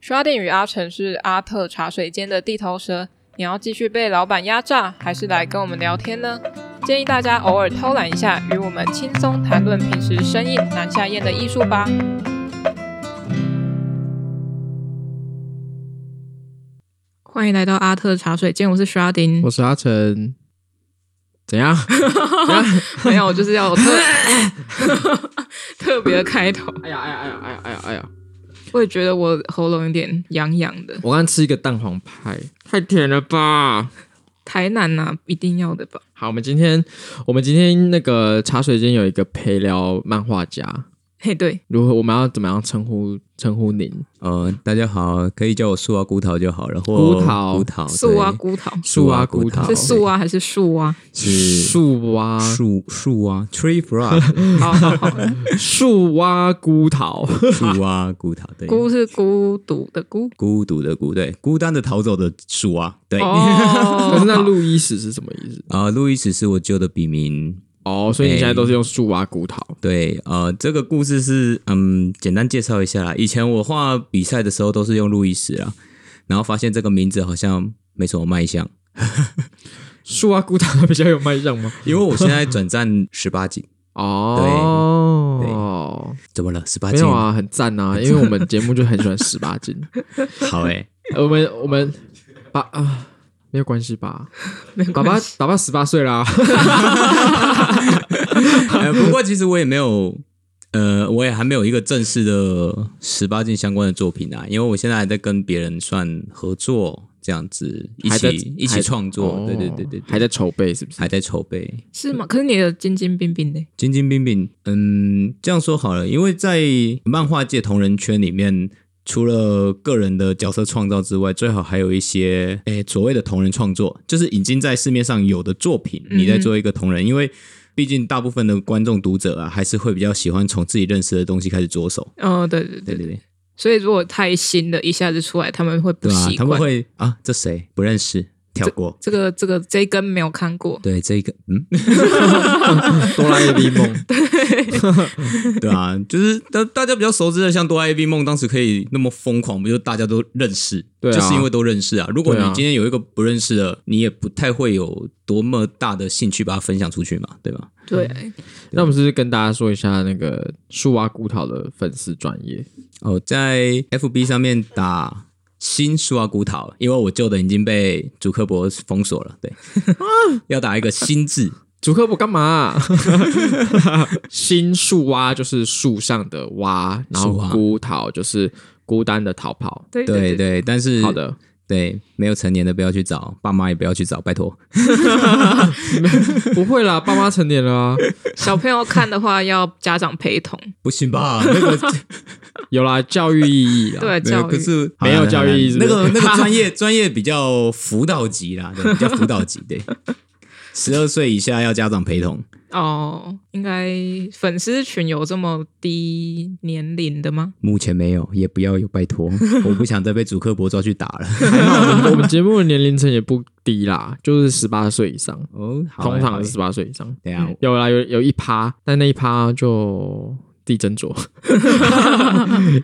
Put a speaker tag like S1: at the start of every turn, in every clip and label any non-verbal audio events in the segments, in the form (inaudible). S1: 刷店与阿成是阿特茶水间的地头蛇，你要继续被老板压榨，还是来跟我们聊天呢？建议大家偶尔偷懒一下，与我们轻松谈论平时生硬难下咽的艺术吧。欢迎来到阿特茶水间，我是刷丁
S2: 我。是阿成。怎样？
S1: (laughs) 没有，就是要有特 (laughs) 特别的开头。
S2: 哎呀哎呀哎呀哎呀哎呀哎呀！
S1: 我也觉得我喉咙有点痒痒的。
S2: 我刚吃一个蛋黄派，太甜了吧！
S1: 台南呐、一定要的吧？
S2: 好，我们今天我们今天那个茶水间有一个陪聊漫画家，
S1: 嘿，对，
S2: 如何我们要怎么样称呼称呼您？
S3: 呃，大家好，可以叫我树蛙骨头就好了，或
S2: 骨头
S3: 骨头、
S1: 素蛙、孤桃
S2: 树蛙骨
S3: 骨
S2: 头
S3: 头
S1: 是素蛙还是树啊蛙？
S3: 是
S2: 树蛙
S3: 树树蛙、tree (laughs) frog、
S1: 好好好，
S2: 树蛙孤桃，
S3: 树蛙骨头，
S1: (laughs)
S3: 对，
S1: 孤是孤独的孤。
S3: 孤独的孤，对，孤单的逃走的树蛙，对。
S1: 哦，
S2: 可是那路易斯是什么意思？
S3: 啊，路易斯是我舅的笔名。
S2: 哦，所以你现在都是用树蛙骨头。
S3: 对，呃，这个故事是，嗯，简单介绍一下啦。以前我画比赛的时候都是用路易斯啦，然后发现这个名字好像没什么卖相，
S2: 树蛙骨头比较有卖相吗？
S3: 因为我现在转战十八禁，
S2: 哦，
S3: 怎么了？十八
S2: 没
S3: (laughs) 禁
S2: 有？啊，很赞啊，因为我们节目就很喜欢十八
S3: (laughs)
S2: 禁。
S3: 好欸诶、
S2: 呃我们我们爸啊，没有关系
S3: (laughs)
S2: 吧？
S1: 没关系
S2: 爸爸爸爸十八岁啦，
S3: (laughs) 呃，不过其实我也没有，呃，我也还没有一个正式的十八禁相关的作品啊，因为我现在还在跟别人算合作，这样子一
S2: 还在
S3: 起一起
S2: 还
S3: 创
S2: 哦
S3: 作，对对对对对，
S2: 还在筹备是不是？
S3: 还在筹备，
S1: 是吗？可是你的尖尖冰冰的，
S3: 精精兵兵，嗯，这样说好了，因为在漫画界同人圈里面。除了个人的角色创造之外，最好还有一些诶、所谓的同人创作，就是已经在市面上有的作品，
S1: 嗯
S3: 你在做一个同人，因为毕竟大部分的观众读者啊，还是会比较喜欢从自己认识的东西开始着手。
S1: 哦，对对对
S3: 对
S1: 对。
S3: 对对，
S1: 所以如果太新的，一下子出来，他们会不
S3: 对啊
S1: 习，
S3: 他们
S1: 惯。
S3: 会啊，这谁不认识，跳过。
S1: 这个这个这一根没有看过，
S3: 对这个，嗯，
S2: (laughs) 哆啦 A 梦，
S3: (laughs) 对 (laughs) 啊，就是大大家比较熟知的，像哆啦 A 梦当时可以那么疯狂，不就大家都认识？
S2: 对啊
S3: 就是因为都认识啊。如果你
S2: 对啊
S3: 今天有一个不认识的，你也不太会有多么大的兴趣把它分享出去嘛，对吧？
S1: 对，
S2: 那我们是不是跟大家说一下那个树蛙骨头的粉丝专业，
S3: 哦，在 FB 上面打新苏阿古塔，因为我旧的已经被主克伯封锁了，
S2: (laughs)
S3: 对，要打一个新字，
S2: 主科我干嘛、
S3: (laughs)
S2: 新树蛙就是树上的蛙，然后
S3: 树蛙
S2: 孤桃就是孤单的逃跑。
S1: 对
S3: 对
S1: 对，
S3: 对，但是
S2: 好的，
S3: 对，没有成年的不要去找，爸妈也不要去找，拜托。
S2: 不会啦，爸妈成年了啊，
S1: 小朋友看的话要家长陪
S3: (laughs)
S1: 同，
S3: 不行吧？
S2: (laughs)
S3: 那个
S2: 有啦，教育意义啊啦。
S3: (laughs)
S1: 对
S3: 那
S1: 教
S3: 个啊可
S1: 育。
S3: 是
S2: 没有教育意思 (laughs)
S3: 那个那个专业专业比较辅导级啦，对，比较辅导级。对，十二岁以下要家长陪同。
S1: 哦，应该粉丝群有这么低年龄的吗？
S3: 目前没有，也不要有，拜托，我不想再被主客博抓去打
S2: (laughs)
S3: 了。
S2: 还好我们我们节目的年龄层也不低啦，就是十八岁以上，
S3: 哦，好欸
S2: 通
S3: 好
S2: 常
S3: 欸
S2: 是十八岁以上。
S3: 对啊，
S2: 有啦，有有一趴，但那一趴就自己 (laughs) 斟酌，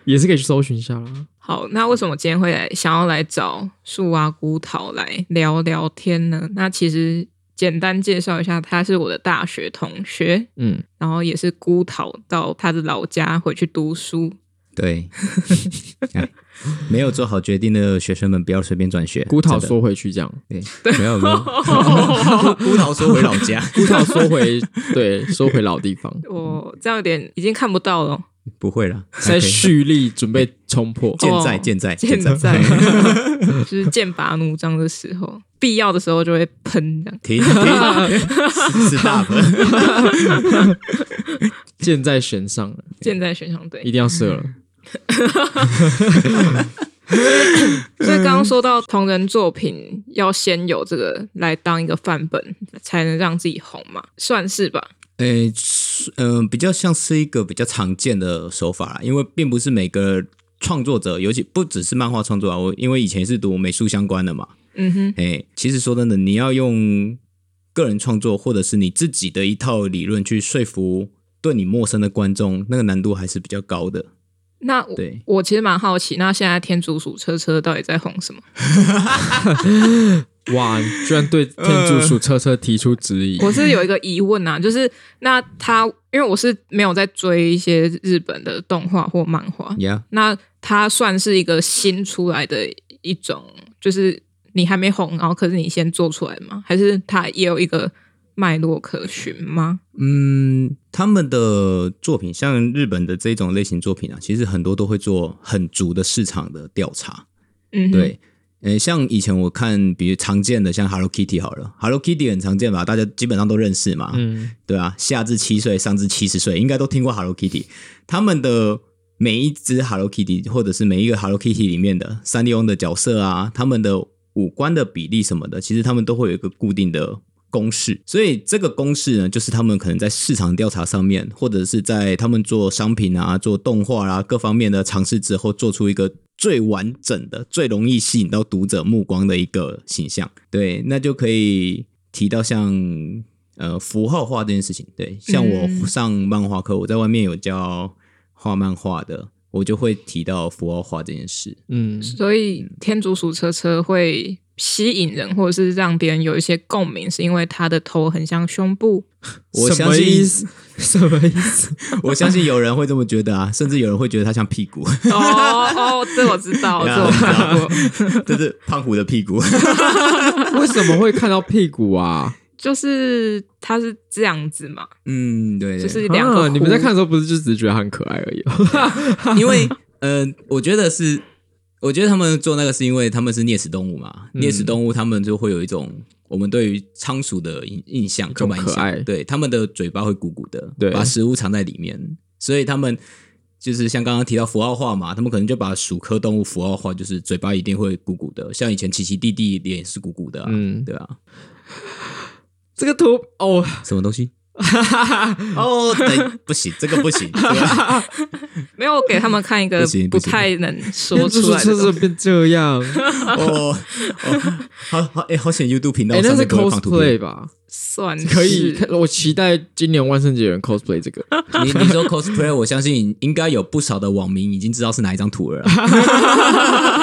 S2: 也是可以去搜寻一下啦。
S1: 好，那为什么今天会来想要来找树蛙孤桃来聊聊天呢？那其实简单介绍一下，他是我的大学同学，
S2: 嗯，
S1: 然后也是孤桃到他的老家回去读书。
S3: 对， (laughs) 哎没有做好决定的学生们不要随便转学。
S2: 孤桃
S3: 真的
S2: 缩回去这样，
S3: 对，没有
S2: (laughs)
S3: 没有，孤桃说回老家， (laughs)
S2: 孤桃缩 (laughs) 回对，缩回老 (laughs) 地方，
S1: 我这样有点已经看不到了，
S3: 不会啦，
S2: 在蓄力准备冲破。
S3: 健在
S1: 哦
S3: (laughs) 健在
S1: 剑
S3: 在。 (laughs)
S1: 在就是剑拔弩张的时候，必要的时候就会喷这样。
S3: 停 (laughs) 停 (laughs) ，stop！
S2: 箭在弦上了，
S1: 剑在悬上对
S3: 嗯
S2: 一，定要射 (laughs) 了。
S1: 所以刚刚说到同人作品要先有这个来当一个范本，才能让自己红嘛，算是吧。
S3: 诶，是嗯，比较像是一个比较常见的手法啦，因为并不是每个创作者，尤其不只是漫画创作啊，我因为以前是读美术相关的嘛，
S1: 嗯哼，
S3: 诶，其实说真的，你要用个人创作或者是你自己的一套理论去说服对你陌生的观众，那个难度还是比较高的。
S1: 那我
S3: 对，
S1: 我其实蛮好奇，那现在天竺鼠车车到底在红
S3: (laughs)
S1: 什么？
S2: 哇，你居然对天竺鼠车车提出质疑，
S1: 我是有一个疑问啊，就是那他，因为我是没有在追一些日本的动画或漫画，
S3: 呀、
S1: 那它算是一个新出来的一种，就是你还没红，然后可是你先做出来吗？还是它也有一个脉络可循吗？
S3: 嗯，他们的作品像日本的这种类型作品啊，其实很多都会做很足的市场的调查。
S1: 嗯，，
S3: 对，呃，像以前我看，比如常见的像 Hello Kitty 好了，Hello Kitty 很常见吧，大家基本上都认识嘛，
S2: 嗯，
S3: 对啊，下至七岁，上至七十岁，应该都听过 Hello Kitty。他们的每一只 Hello Kitty，或者是每一个 Hello Kitty 里面的三丽翁的角色啊，他们的五官的比例什么的，其实他们都会有一个固定的公式。所以这个公式呢，就是他们可能在市场调查上面，或者是在他们做商品啊、做动画啊各方面的尝试之后，做出一个。最完整的、最容易吸引到读者目光的一个形象，对，那就可以提到像呃符号化这件事情，对，像
S1: 嗯
S3: 我上漫画课，我在外面有教画漫画的，我就会提到符号化这件事。
S2: 嗯，
S1: 所以天竺鼠车车会吸引人，或者是让别人有一些共鸣，是因为它的头很像胸部。
S3: 我
S2: 什
S3: 相
S2: 么意
S3: 信，
S2: 思？什么意思？
S3: (laughs) 我相信有人会这么觉得啊，甚至有人会觉得它像屁股， (laughs)
S1: 哦哦，这我知道，这我知道，
S3: 就是胖虎的屁股。
S2: (laughs)
S3: (laughs)
S2: 为什么会看到屁股啊？
S1: 就是它是这样子嘛，
S3: 嗯，对
S1: 就
S3: 对
S1: 是两个
S2: 啊，
S1: 弧。
S2: 你们在看的时候不是就只是觉得它很可爱而已哦？
S3: (laughs) 因为呃，我觉得是，我觉得他们做那个是因为他们是啮齿动物嘛，
S2: 嗯
S3: 啮齿动物他们就会有一种我们对于仓鼠的印印象，刻
S2: 种
S3: 板印
S2: 可爱
S3: 象，对，他们的嘴巴会鼓鼓的，
S2: 对
S3: 把食物藏在里面，所以他们。就是像刚刚提到符号化嘛，他们可能就把鼠科动物符号化，就是嘴巴一定会鼓鼓的，像以前奇奇弟弟脸也是鼓鼓的、啊，
S2: 嗯，
S3: 对啊，
S2: 这个图哦，
S3: 什么
S2: (laughs)
S3: 东西？哦，对，不行，这个不行，对啊吧
S1: 没有我给他们看一个
S3: (laughs) 不行
S1: 不
S3: 不行
S1: 太能说
S2: (laughs) 天竺
S1: 出
S2: 鼠
S1: 来的
S2: 车
S1: 东西
S2: 车变这样，
S3: (laughs) 哦，哦好好，哎、好险 YouTube 频道
S2: 哎，
S3: 上
S2: 那是
S3: 面不会放图片。
S2: cosplay 吧？
S1: 算是
S2: 可以，看我期待今年万圣节有人 cosplay
S1: (laughs)
S2: 这个。
S3: (laughs) 你你说 cosplay，我相信应该有不少的网民已经知道是哪一张啊图了啦。 (laughs)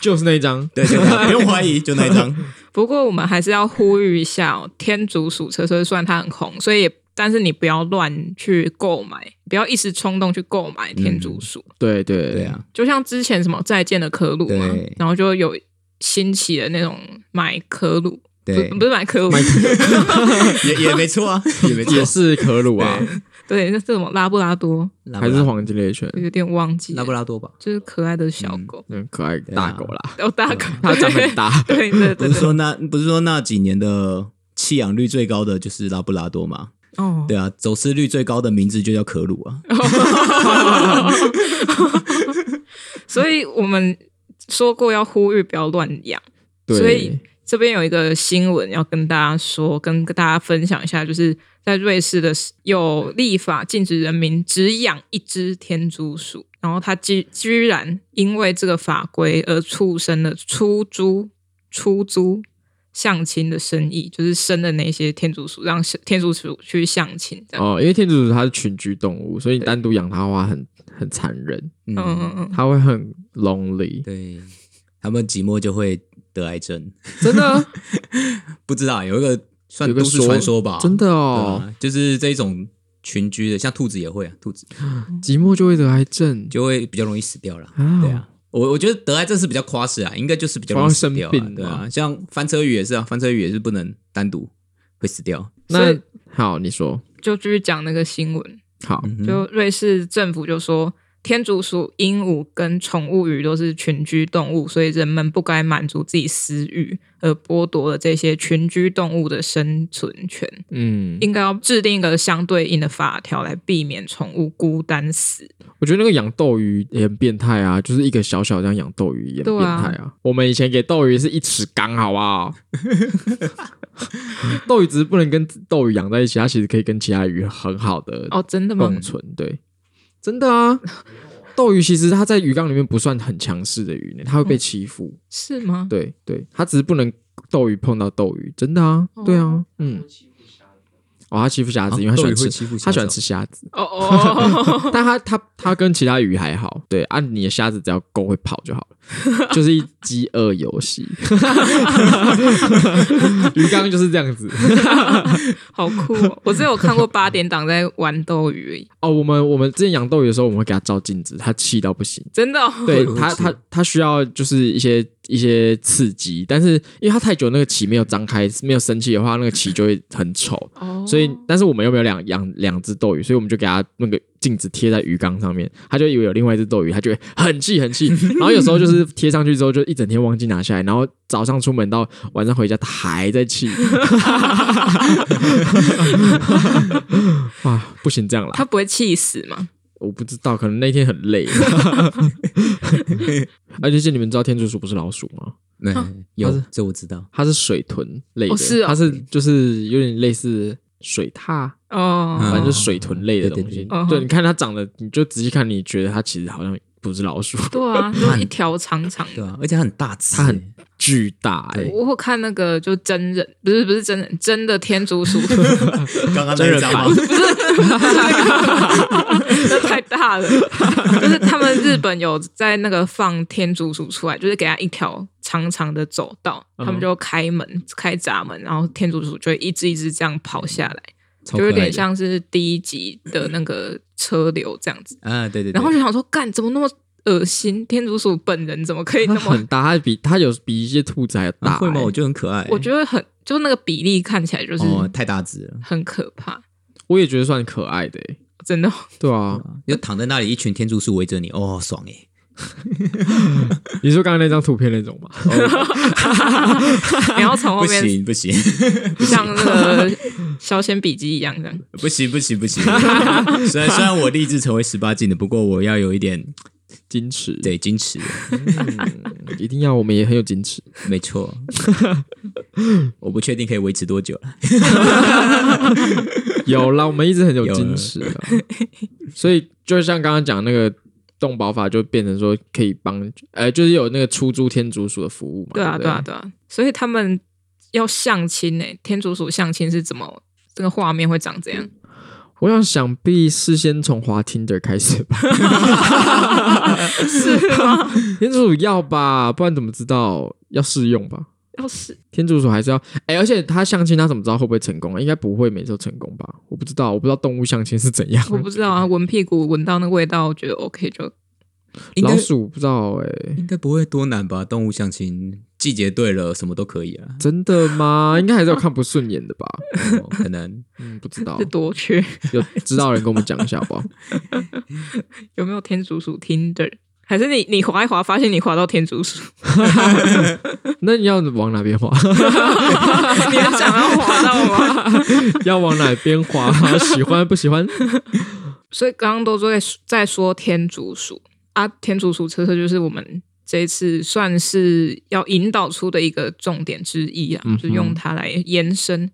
S2: 就是那一张，
S3: 对，就 (laughs) 那不用怀疑，就那一张。
S1: 不过我们还是要呼吁一下哦，天竺鼠车车虽然它很红，所以也但是你不要乱去购买，不要一时冲动去购买天竺鼠。
S2: 对对
S3: 对， (laughs) 啊，
S1: 就像之前什么再见的科鲁嘛
S3: 对，
S1: 然后就有兴起的那种买科鲁，
S3: 对
S1: 不，不是买科鲁，
S3: 也也没错 (laughs) 啊，也没
S2: 也
S3: 错。
S2: 是可鲁啊，
S1: (laughs) 对，那是什么拉布拉多，
S3: 拉布
S2: 还
S3: 拉
S2: 是黄金猎犬
S1: 我，有点忘记了
S3: 拉布拉多吧？
S1: 就是可爱的小狗，
S2: 嗯，可爱
S3: 对啊
S2: 大狗啦，
S1: 哦，大狗，
S2: 它长很大，
S1: (laughs) 对，对对对
S2: (laughs)
S3: (laughs) 不是
S1: 对，
S3: 说那不是说那几年的弃养率最高的就是拉布拉多嘛？
S1: 哦，
S3: 对啊，走失率最高的名字就叫可鲁 (laughs) 啊。
S1: 所以我们说过要呼吁不要乱养。
S2: 对，
S1: 所以这边有一个新闻要跟大家说，跟大家分享一下，就是在瑞士的有立法禁止人民只养一只天竺鼠，然后它居居然因为这个法规而促生了出租、出租相亲的生意，就是生的那些天竺鼠，让天竺鼠去相亲这样。
S2: 哦，因为天竺鼠它是群居动物，所以你单独养它的话很很残忍，
S1: 嗯嗯，嗯，
S2: 它会很 lonely，
S3: 对，他们寂寞就会得癌症，
S2: 真的
S3: 不知道有一个
S2: (laughs)
S3: 算
S2: 有个
S3: 都市传说吧？
S2: 真的哦，
S3: 哦，就是这种群居的，像兔子也会啊，兔子。
S2: 寂寞就会得癌症，
S3: 就会比较容易死掉了。
S2: 啊
S3: 对啊，我我觉得得癌症是比较夸饰啊，应该就是比较容易死掉啊、
S2: 反而生病
S3: 对
S2: 嘛
S3: 啊，像翻车鱼也是啊，翻车鱼也是不能单独会死掉。
S1: 所
S2: 那
S1: 以
S2: 好，你说
S1: 就继续讲那个新闻，
S2: 好，
S3: 嗯哼
S1: 就瑞士政府就说，天竺鼠、鹦鹉跟宠物鱼都是群居动物，所以人们不该满足自己私欲，而剥夺了这些群居动物的生存权。
S2: 嗯，
S1: 应该要制定一个相对应的法条来避免宠物孤单死。
S2: 我觉得那个养斗鱼也很变态啊，就是一个小小这样养斗鱼也很
S1: 对
S2: 变
S1: 啊
S2: 态啊。我们以前给斗鱼是一尺缸，好不好？ (laughs) 斗鱼只是不能跟斗鱼养在一起，它其实可以跟其他鱼很好的
S1: 哦，真的吗？
S2: 共存。对，真的啊。斗鱼其实它在鱼缸里面不算很强势的鱼呢，它会被欺负。
S1: 是
S2: (laughs)
S1: 吗？
S2: 对
S1: 哦
S2: 对，它只是不能斗鱼碰到斗鱼，真的啊，对啊，嗯。哦，他欺负虾
S3: 啊
S2: 子，因为他喜欢
S3: 斗鱼会
S2: 吃，
S3: 欺负虾
S2: 他喜欢
S3: 子哦
S2: 吃虾子，
S1: 哦哦， (laughs)
S2: 但他他他跟其他鱼还好，对，按、你的虾子只要够会跑就好了， (laughs) 就是一饥饿游 (laughs) 戏，鱼缸就是这样子。
S1: 好酷哦！我只有看过八点档在玩斗鱼而已，
S2: 哦，我们我们之前养斗鱼的时候，我们会给它照镜子，它气到不行。
S1: 真的哦。
S2: 对
S3: 会
S2: 它
S3: 会
S2: 它它需要就是一些一些刺激，但是因为它太久那个鳍没有张开，没有生气的话，那个鳍就会很丑。
S1: 哦
S2: 所以，但是我们又没有两养两只斗鱼，所以我们就给它那个镜子贴在鱼缸上面，它就以为有另外一只斗鱼，它就会很气
S1: (laughs)
S2: 很气。然后有时候就是贴上去之后，就一整天忘记拿下来，然后早上出门到晚上回家，它还在
S1: (laughs)
S2: 气。啊，不行这样啦！
S1: 他不会气死吗？
S2: 我不知道，可能那天很累。 (laughs) 而且，你们知道天竺鼠不是老鼠吗？
S3: 对，
S2: 啊
S3: 有
S2: 是
S3: 这我知道。
S2: 它是水豚类的，
S1: 哦是哦
S2: 它是就是有点类似水獭，
S1: 哦，
S2: 反
S3: 嗯
S2: 正就是水豚类的
S3: 对对
S2: 东西。
S1: 对嗯
S2: 你看它长得，你就仔细看，你觉得它其实好像不是老鼠，
S1: 对啊，就是一条长长
S3: 对
S1: 的。
S3: 啊，而且它很大只欸，
S2: 它很 (laughs) 巨大哎、
S3: 对
S1: 我有看那个就真人，不是不是真人，真的天竺鼠， (laughs)
S3: 刚刚
S2: 真人版
S3: 吗？
S1: 那太大了。就是他们日本有在那个放天竺鼠出来，就是给它一条长长的走道，
S2: 嗯
S1: 他们就开门、开闸门，然后天竺鼠就会一只一只这样跑下来，
S3: (laughs) 超
S1: 就有
S3: 可爱
S1: 点
S3: 的
S1: 像是第一集的那个车流这样子。
S3: 啊，对对对，
S1: 然后就想说，干怎么那么恶心？天竺鼠本人怎么可以
S2: 它
S1: 那么
S2: 很大，它比它有比一些兔子还要大、
S3: 啊会吗？
S2: 欸
S3: 我觉得很可爱欸，
S1: 我觉得很，就那个比例看起来就是
S3: 哦太大只了，
S1: 很可怕，
S2: 我也觉得算可爱的、欸，
S1: 真的。 (laughs)
S2: 对啊。
S3: 就躺在那里，一群天竺鼠围着你，哦，爽哎！
S2: 你说刚刚那张图片那种吗？ (laughs)
S1: 你要从后
S3: 不
S1: 面
S3: 行不行
S1: 像那个 (laughs) 《小鲜笔记》一样这样。
S3: 不行 (laughs) 不行不
S1: (laughs)
S3: 行！虽然虽然我立志成为十八禁的，不过我要有一点
S2: 矜持，
S3: 对矜持，
S2: 嗯，一定要，我们也很有矜
S3: (laughs)
S2: 持。
S3: 没错。我不确定可以维持多久了。
S2: 有啦，我们一直很有
S3: 有
S2: 矜
S3: 了
S2: 持的， (laughs) 所以就像刚刚讲那个动保法，就变成说可以帮，呃，就是有那个出租天竺鼠的服务嘛。
S1: 对啊，
S2: 不
S1: 对啊，对啊。所以他们要相亲呢、欸天竺鼠相亲是怎么？这个画面会长怎样？
S2: 我想想必事先从滑 Tinder 开始吧，
S1: (laughs) 是吗？
S2: 天竺鼠要吧，不然怎么知道要试用吧？
S1: 要是
S2: 天竺鼠还是要，哎、而且他相亲，他怎么知道会不会成功啊？应该不会每次都成功吧？我不知道，我不知道动物相亲是怎样。
S1: 我不知道啊， (laughs) 闻屁股闻到那个味道，我觉得 OK 就
S3: 应该
S2: 老鼠不知道哎、
S3: 应该不会多难吧？动物相亲季节对了，什么都可以啊。
S2: 真的吗？应该还是有看不顺眼的吧？
S3: 哦可能
S2: 嗯，不知道
S1: (laughs) 是，多缺。
S2: 有知道的人跟我们讲一下好不好？
S1: 有没有天竺鼠 Tinder？还是你你滑一滑，发现你滑到天竺鼠， (laughs)
S2: 那你要往哪边滑？ (laughs)
S1: 你很想要滑到吗？
S2: 要往哪边滑？喜欢不喜欢？
S1: 所以刚刚都在在说天竺鼠啊，天竺鼠车车就是我们这一次算是要引导出的一个重点之一啊，
S2: 嗯哼
S1: 就用它来延伸。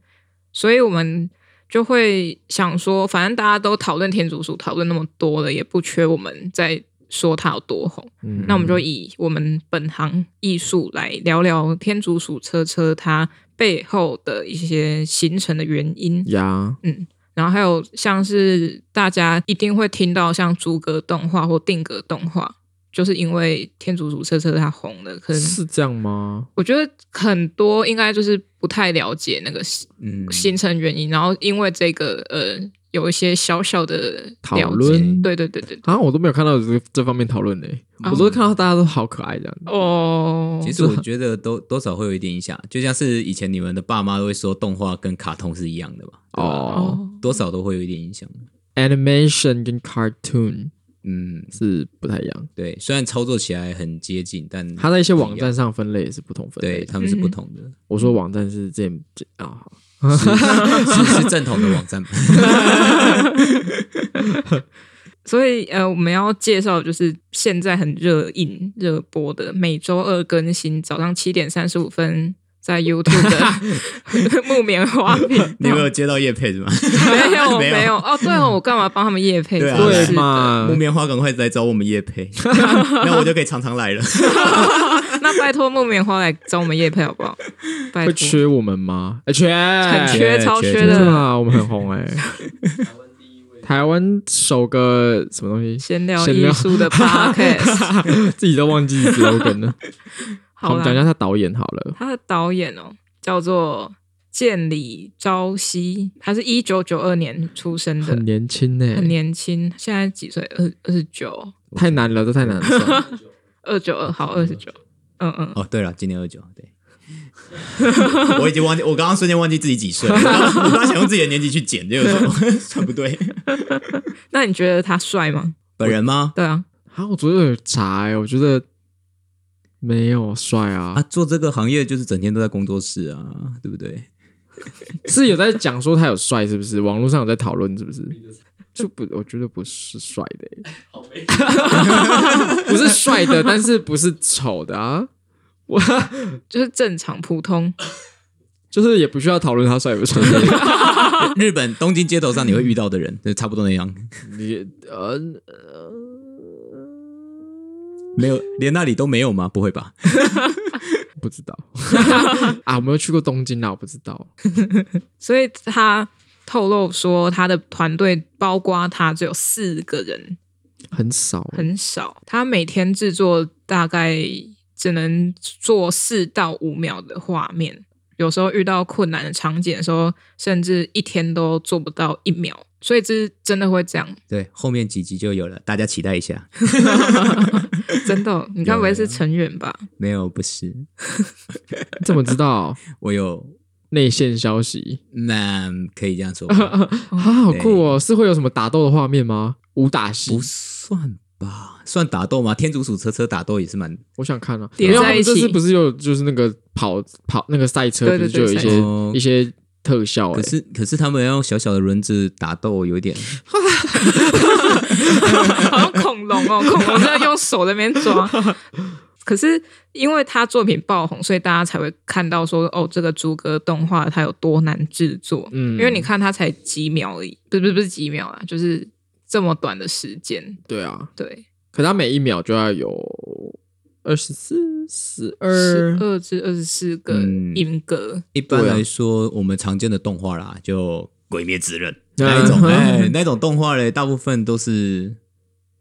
S1: 所以我们就会想说，反正大家都讨论天竺鼠，讨论那么多了，也不缺我们在说它有多红。
S2: 嗯
S1: (laughs) 那我们就以我们本行艺术来聊聊天竺鼠车车它背后的一些形成的原因。
S2: 呀，
S1: 然后还有像是大家一定会听到像逐格动画或定格动画，就是因为天竺鼠车车它红了，可能
S2: 是这样吗？
S1: 我觉得很多应该就是不太了解那个形
S3: 嗯， (laughs)
S1: 形成原因，然后因为这个呃有一些小小的
S2: 讨
S1: 了解
S2: 论
S1: 对对对对，
S2: 啊，我都没有看到这这方面讨论呢，
S1: 啊
S2: 我都看到大家都好可爱这样。
S1: 哦，
S3: 其实我觉得都多少会有一点影响，就像是以前你们的爸妈都会说动画跟卡通是一样的吧？对吧
S2: 哦
S1: 哦，
S3: 多少都会有一点影响。
S2: ，animation 跟 cartoon
S3: 嗯，
S2: 是不太一样，
S3: 对，虽然操作起来很接近，但
S2: 它在一些网站上分类也是不同分类
S3: 对
S2: 的。
S3: 他们是不同的，
S2: 我说网站是这样这啊，好
S3: 是是是正统的网站。
S1: 所以呃，我们要介绍就是现在很热映热播的，每周二更新，早上七点三十五分在 YouTube (laughs) 的木棉花频
S2: (laughs)
S1: 道。
S3: (laughs) 你没有接到叶配是 (laughs) 吗？
S1: 没有
S3: 没有
S1: 没有哦，对哦，我干嘛帮他们夜配？
S3: 对啊
S1: 真的
S2: 对
S1: 是的？
S2: 嘛
S3: (laughs) 木？棉花赶快来找我们叶配，那我就可以常常来了。
S1: 那拜托木棉花来找我们叶配好不好？拜托，
S2: 会缺我们吗？哎，缺，
S1: 很
S2: 很
S1: 缺，
S3: 缺
S1: 超缺
S3: 缺
S2: 是
S1: 的
S2: 吗？我们很红哎，台湾首个什么东西？
S1: 闲聊
S2: 闲
S1: 艺
S2: 聊
S1: 术
S2: (laughs)
S1: 的 podcast。
S2: 自己都忘记 slogan 了。好，我
S1: 好
S2: 们讲一
S1: 啦，
S2: 下他导演好了。
S1: 他的导演哦叫做建里朝夕，他是一九九二年出生的
S2: 很，年轻呢、
S1: 很年轻，现在几岁？二二十九，
S2: 太难了，这太难了算了。
S1: 二九二，好，二十九。嗯嗯，
S3: 哦，对了，今年二九，对。 (laughs) 我已经忘记，我刚刚瞬间忘记自己几岁了。我刚我刚想用自己的年纪去减，结果说 (laughs) 算不对。
S1: 那你觉得他帅吗？
S3: 本人吗？
S1: 对啊，
S2: 啊，我昨天有查、欸，我觉得没有帅啊，
S3: 啊，做这个行业就是整天都在工作室啊，对不对？
S2: 是有在讲说他有帅，是不是？网络上有在讨论，是不是？哎就不，我觉得不是帅的、欸， (laughs) 不是帅的，但是不是丑的啊。我
S1: 就是正常普通。
S2: 就是也不需要讨论他帅不帅，
S3: 日本东京街头上你会遇到的人， (laughs) 就差不多那样，
S2: (laughs) 你呃
S3: 没有连那里都没有吗？不会吧？
S2: 不知道 (laughs) 啊，我没有去过东京啊，我不知道。
S1: 所以他透露说，他的团队包括他只有四个人，
S2: 很少欸，
S1: 很少。他每天制作大概只能做四到五秒的画面，有时候遇到困难的场景的时候，甚至一天都做不到一秒。所以这真的会这样， (laughs)
S3: 对，后面几集就有了，大家期待一下。
S1: 真的哦，你该不会是
S3: 有
S1: 成员吧？
S3: 没有，不是，
S2: 你怎么知道
S3: 我有，
S2: 内线消息？
S3: 那、可以这样说 (laughs) 吧
S2: 啊，好酷哦！是会有什么打斗的画面吗？武打戏
S3: 不？算吧？算打斗吗？天竺鼠车车打斗也是蛮
S2: 我想看啊。
S1: 叠
S2: 没有
S1: 在
S2: 他们
S1: 一起
S2: 这次不是有就是那个跑跑那个赛车，
S1: 对
S2: 不
S1: 对
S2: 是就有
S1: 对
S2: 一些
S3: 赛车
S2: 一些特效？
S3: 可
S2: 哎，
S3: 是可是他们要用小小的轮子打斗，有点
S1: 好像恐龙哦，恐龙在用手在那边抓。 (laughs) 可是因为他作品爆红，所以大家才会看到说，哦，这个逐格动画它有多难制作。
S2: 嗯
S1: 因为你看它才几秒而已，不是不是不是几秒啊，就是这么短的时间。
S2: 对啊，
S1: 对，
S2: 可他每一秒就要有二十四、十
S1: 十
S2: 二，
S1: 二至二十四个
S3: 呃嗯
S1: 音格，
S3: 一般
S2: 对啊
S3: 来说，我们常见的动画啦，就《鬼灭之刃》
S2: 嗯
S3: 那一种，哎，那种动画嘞，大部分都是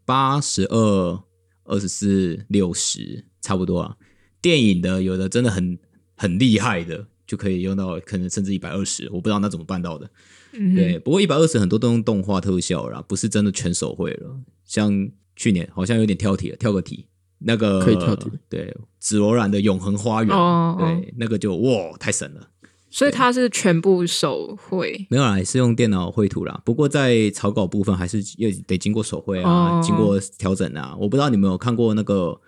S3: 八十二、二十四、六十，差不多啊。电影的有的真的很很厉害的，就可以用到可能甚至一百二十，我不知道那怎么办到的。
S1: 嗯，
S3: 对，，不过一百二十很多都用动画特效了啦，不是真的全手绘了。像去年好像有点跳题了，跳个题，那个
S2: 可以跳题，
S3: 对，紫罗兰的《永恒花园》
S1: 哦哦
S3: 对，那个就哇太神了。
S1: 所以它是全部手绘，
S3: 没有啦，也是用电脑绘图啦。不过在草稿部分还是要得经过手绘啊，
S1: 哦
S3: (laughs) 经过调整啊。我不知道你们有看过那个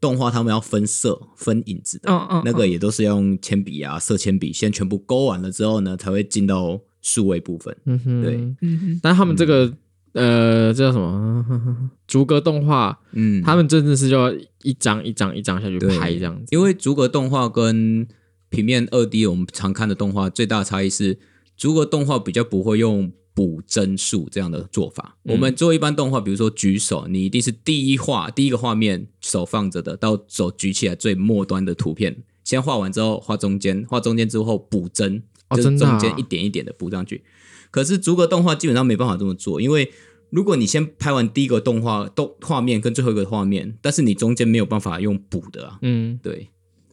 S3: 动画，他们要分色、分影子的，
S2: 哦
S1: 嗯嗯，
S3: 那个
S1: 嗯
S3: 也都是要用铅笔啊、色铅笔先全部勾完了之后呢，才会进到数位部分。
S2: 嗯哼，
S3: 对。
S1: 嗯哼，
S2: 但他们这个呃，这叫什么？ (laughs) 逐格动画，
S3: 嗯，
S2: 他们真的是就要一张一张一张下去
S3: 对
S2: 拍这样子。
S3: 因为逐格动画跟平面二 D 我们常看的动画最大的差异是，逐格动画比较不会用补帧数这样的做法。
S2: 嗯
S3: 我们做一般动画，比如说举手，你一定是第一画第一个画面手放着的，到手举起来最末端的图片，先画完之后画中间，画中间之后补帧，
S2: 哦
S3: 就是
S2: 真的啊
S3: 中间一点一点的补上去。可是逐格动画基本上没办法这么做，因为如果你先拍完第一个动画动画面跟最后一个画面，但是你中间没有办法用补的啊，
S2: 嗯，
S3: 对，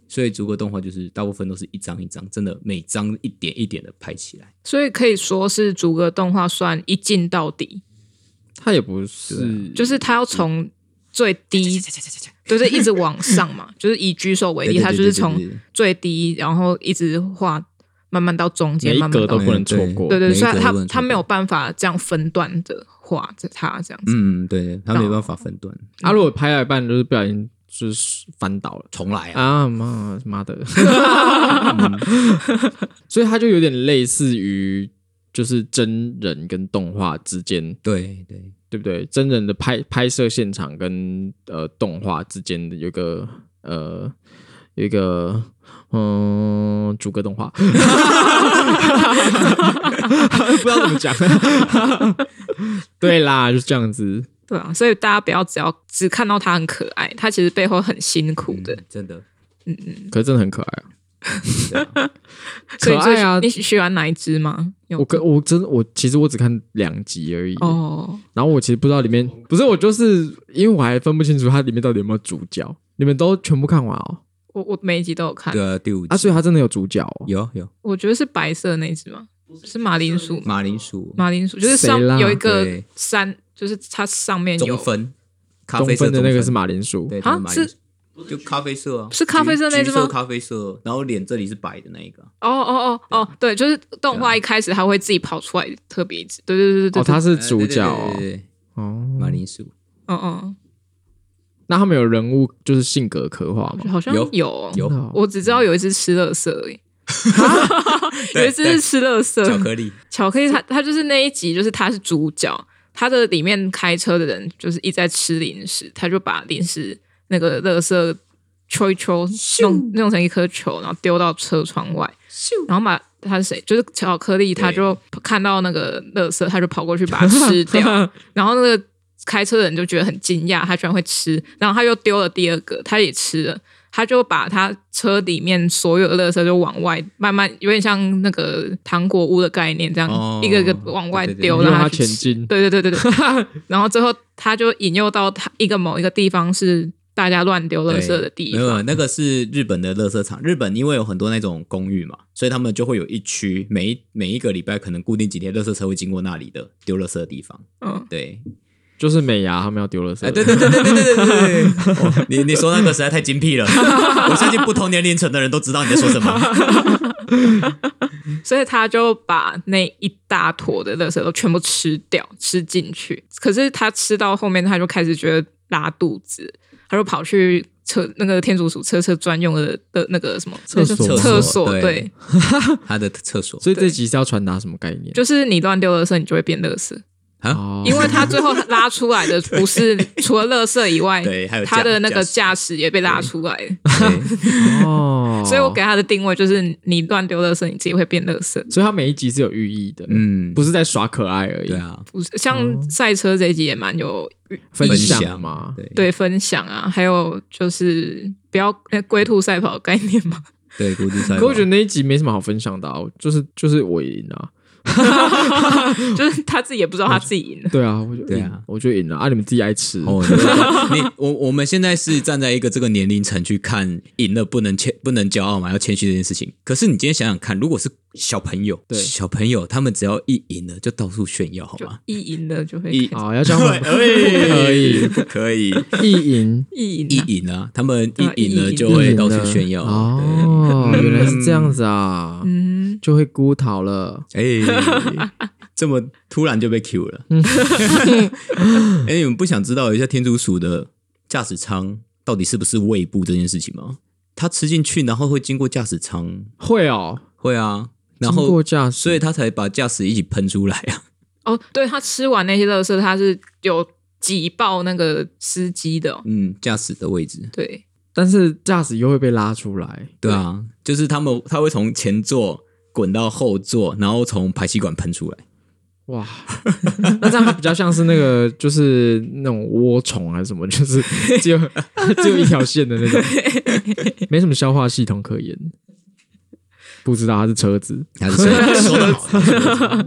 S3: 所以逐格动画就是大部分都是一张一张，真的每张一点一点的拍起来。
S1: 所以可以说是逐格动画算一镜到底，
S2: 他也不
S3: 啊
S2: 是，
S1: 就是他要从最低，就是一直往上嘛，就是以举手为例，
S3: 对对对
S1: 他就是从
S3: 对对对
S1: 最低，然后一直画，慢慢到中
S2: 每
S1: 间，
S2: 一
S1: 慢
S2: 格
S1: 慢
S2: 都
S1: 到
S2: 不能错过。
S1: 对对，
S3: 每一
S1: 所以
S3: 格
S1: 他
S3: 都不能
S1: 他
S3: 错过
S1: 没有办法这样分段的画着他这样子，
S3: 嗯，对，他没办法分段，
S2: 啊，如果拍到一半就是不小心就是翻倒了
S3: 重来啊。
S2: 啊妈妈的，嗯 (laughs) 所以它就有点类似于就是真人跟动画之间，
S3: 对对，
S2: 对不对？真人的拍拍摄现场跟呃动画之间的有一个呃有一个嗯逐格动画， (laughs) 不知道怎么讲， (laughs) 对啦，就是这样子。
S1: 对啊，所以大家不要只要只看到他很可爱，他其实背后很辛苦的，
S3: 嗯真的。
S1: 嗯嗯，
S2: 可是真的很可 (laughs) 爱啊，
S1: 所
S2: 可
S1: 以
S2: 爱啊
S1: 最你！喜喜欢哪一只吗？有
S2: 我跟我真我其实我只看两集而已，
S1: 哦，
S2: 然后我其实不知道里面不是我就是因为我还分不清楚它里面到底有没有主角，你们都全部看完哦
S1: 我我每一集都有看
S3: 对，啊，第五集
S2: 啊，所以它真的有主角哦，
S3: 有有
S1: 我觉得是白色的那一只吗？是马铃薯吗？
S3: 马铃薯
S1: 马铃薯就是
S2: 谁
S1: 上
S2: 啦
S1: 有一个
S3: 对
S1: 山，就是它上面有
S3: 中分，咖
S2: 中
S3: 啡色
S2: 分的那个是
S3: 马
S2: 马铃薯，
S3: 对，
S1: 啊
S3: 它是马铃薯就咖啡色啊，
S1: 是咖啡色那只
S3: 橘橘
S1: 吗
S3: 色咖啡色，然后脸这里是白的那一个，
S1: 哦哦哦哦，对，就是动画一开始它会自己跑出来特别一只，对对对对对，
S2: 哦，它是主
S3: 呃对对
S2: 角
S3: 对
S2: 哦，
S3: 对对
S2: 哦，
S3: 马铃薯
S1: 嗯嗯，
S2: 那他们有人物就是性格刻画吗？
S1: 好像
S3: 有
S1: 有哦
S3: 有
S2: 真的哦
S1: 我只知道有一只吃乐色而已。有一只是吃乐色，
S3: 巧克力，
S1: 巧克力它它就是那一集，就是它是主角，它的里面开车的人就是一直在吃零食，他就把零食那个乐色球一球弄弄成一颗球，然后丢到车窗外，然后把他是谁？就是巧克力，他就看到那个乐色，他就跑过去把它吃 (laughs) 掉，然后那个开车的人就觉得很惊讶，他居然会吃，然后他又丢了第二个，他也吃了。他就把他车里面所有的垃圾就往外慢慢，有点像那个糖果屋的概念，这样、
S3: 哦
S1: 一个一个往外
S3: 对对对
S1: 丢，
S2: 让
S1: 让
S2: 它
S1: 去吃
S2: 前进
S1: 对对对对对。然后最后他就引诱到他一个某一个地方是大家乱丢垃圾的地
S3: 没有没有，
S1: 方。
S3: 那个是日本的垃圾场。日本因为有很多那种公寓嘛，所以他们就会有一区，每一每一个礼拜可能固定几天，垃圾车会经过那里的丢垃圾的地方。
S1: 嗯，
S3: 对，
S2: (laughs) 就是美牙他们要丢了，
S3: 哎，对对对对对对对对 (laughs) 对，哇哦你你说那个实在太精 (laughs) 辟了，我相信不同年龄层的人都知道你在说什 (laughs) 么。
S1: 所以他就把那一大坨的垃圾都全部吃掉，吃进去。可是他吃到后面，他就开始觉得拉肚子，他就跑去车那个天竺鼠车车专用的的那个什么
S2: 厕所
S1: 那叫厕
S3: 厕
S1: 所
S3: 所对
S1: 对。
S3: 他的厕所
S2: 所以这集是要传达什么概念？
S1: 就是你乱丢垃圾，你就会变垃圾，
S2: 哦
S1: 因为他最后拉出来的不是除了垃圾以外，
S3: (laughs) 对还有
S1: 他的那个
S3: 驾
S1: 驾驶也被拉出来了，
S3: (laughs) 对
S2: 哦，
S1: 所以我给他的定位就是你乱丢垃圾，你自己会变垃圾。
S2: 所以它每一集是有寓意的，
S3: 嗯，
S2: 不是在耍可爱而已
S3: 对。啊，
S1: 不是像赛车这一集也蛮有
S2: 分
S3: 分
S2: 享
S3: 享
S2: 嘛，
S3: 对
S1: 对分享啊，还有就是不要呃龟兔赛跑的概念嘛， (laughs)
S3: 对，固定赛
S2: 可我觉得那一集没什么好分享的、啊，我就是就是我赢啊了、
S1: 就是他自己也不知道他自己赢了。
S2: 对啊，我就
S3: 对
S2: 赢
S3: 啊，
S2: 我就赢了啊！你们自己爱吃， (laughs)
S3: 哦，你你我我们现在是站在一个这个年龄层去看赢了不能谦不能骄傲嘛，要谦虚这件事情。可是你今天想想看，如果是小朋友，
S2: 对
S3: 小朋友他们只要一赢了就到处炫耀，好
S1: 就
S3: 吗？
S1: 一赢了就会
S3: 一
S1: 开
S2: 好、要这样
S3: (laughs)
S2: 吗可以 (laughs)
S3: 不可以？
S2: 一赢
S1: 一赢
S3: 一
S1: 啊
S3: 赢啊，他们一赢
S1: 一
S3: 了
S1: 赢
S3: 就会
S2: 一赢
S3: 到处
S2: 了
S3: 炫耀。
S2: 哦，(laughs)
S3: 对
S2: 原来是这样子啊，
S1: 嗯，
S2: 就会孤逃了。
S3: 对，哎，这么突然就被 Q 了。
S2: 嗯
S3: (laughs) 哎，你们不想知道一下天竺鼠的驾驶舱到底是不是胃部这件事情吗？它吃进去，然后会经过驾驶舱，
S2: 会哦，
S3: 会啊，然
S2: 经过
S3: 后
S2: 驾驶，
S3: 所以它才把驾驶一起喷出来啊。 (laughs)
S1: 哦，对他吃完那些垃圾，他是有挤爆那个司机的哦、
S3: 嗯，驾驶的位置，
S1: 对，
S2: 但是驾驶又会被拉出来。
S3: 对啊，就是他们它会从前座滚到后座，然后从排气管喷出来。
S2: 哇， (laughs) 那这样它比较像是那个，就是那种涡虫还是什么，就是只有 (laughs) 只有一条线的那种，没什么消化系统可言。不知道它是车子，
S3: 还是
S2: (laughs)
S3: 说说得好，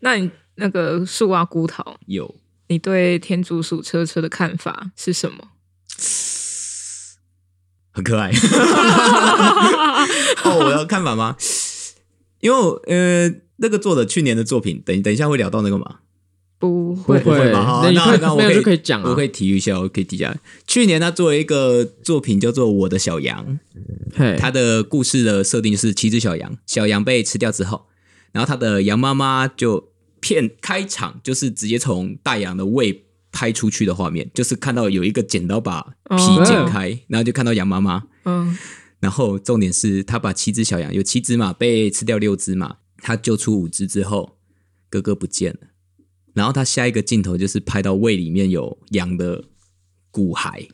S1: 那你那个树蛙孤桃，
S3: 有
S1: 你对天竺鼠车车的看法是什么？
S3: 很可爱。哦，我要看法吗？因为我呃，那个作者去年的作品，等等一下会聊到那个嘛，
S1: 不
S2: 不
S1: 会，
S2: 会，
S3: 吧好
S2: 那你
S3: 那
S2: 可以
S3: 那我
S2: 没有
S3: 可以
S2: 就可以讲啊
S3: 我可，以提一下，我可以提一下。去年他做了一个作品叫做《我的小羊》，
S2: 嘿，
S3: 他的故事的设定是七只小羊，小羊被吃掉之后，然后他的羊妈妈就骗开场就是直接从大羊的胃拍出去的画面，就是看到有一个剪刀把皮剪开，然后就看到羊妈妈，
S1: 嗯，
S3: 然后重点是他把七只小羊有七只嘛被吃掉六只嘛，他救出五只之后，哥哥不见了，然后他下一个镜头就是拍到胃里面有羊的
S2: (gasps)
S3: 骨骸。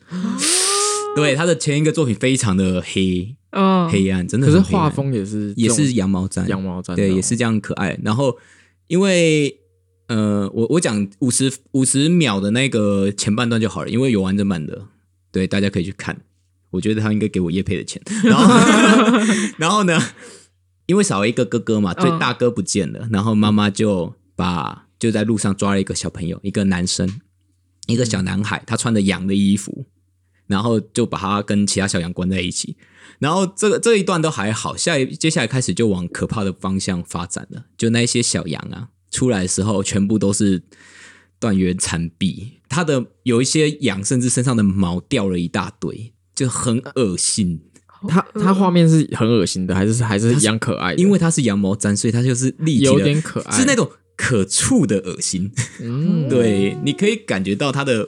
S3: 对他的前一个作品非常的黑，
S1: 哦，
S3: 黑暗，真的
S2: 可
S3: 很
S2: 是
S3: 黑暗。
S2: 画风也是
S3: 也
S2: 这
S3: 是
S2: 种
S3: 羊毛毡，
S2: 羊毛毡的哦，
S3: 对，也是这样可爱。然后因为呃，我我讲五十五十秒的那个前半段就好了，因为有完整版的，对，大家可以去看。我我觉得他应该给我叶配的钱。然后，然后呢，因为少了一个哥哥嘛，
S1: 嗯
S3: 所以大哥不见了，然后妈妈就把就在路上抓了一个小朋友，一个男生，一个小男孩，他穿着羊的衣服，然后就把他跟其他小羊关在一起。然后这个这一段都还好，下一接下来开始就往可怕的方向发展了。就那一些小羊啊，出来的时候全部都是断垣残壁，它的有一些羊甚至身上的毛掉了一大堆，就很恶心。
S2: 哦它它画面是很恶心的，还是还是一样可爱的？
S3: 因为它是羊毛毡，所以它就是立体的，
S2: 有点可爱
S3: 是那种可触的恶心。
S2: 嗯，
S3: 对，你可以感觉到它的，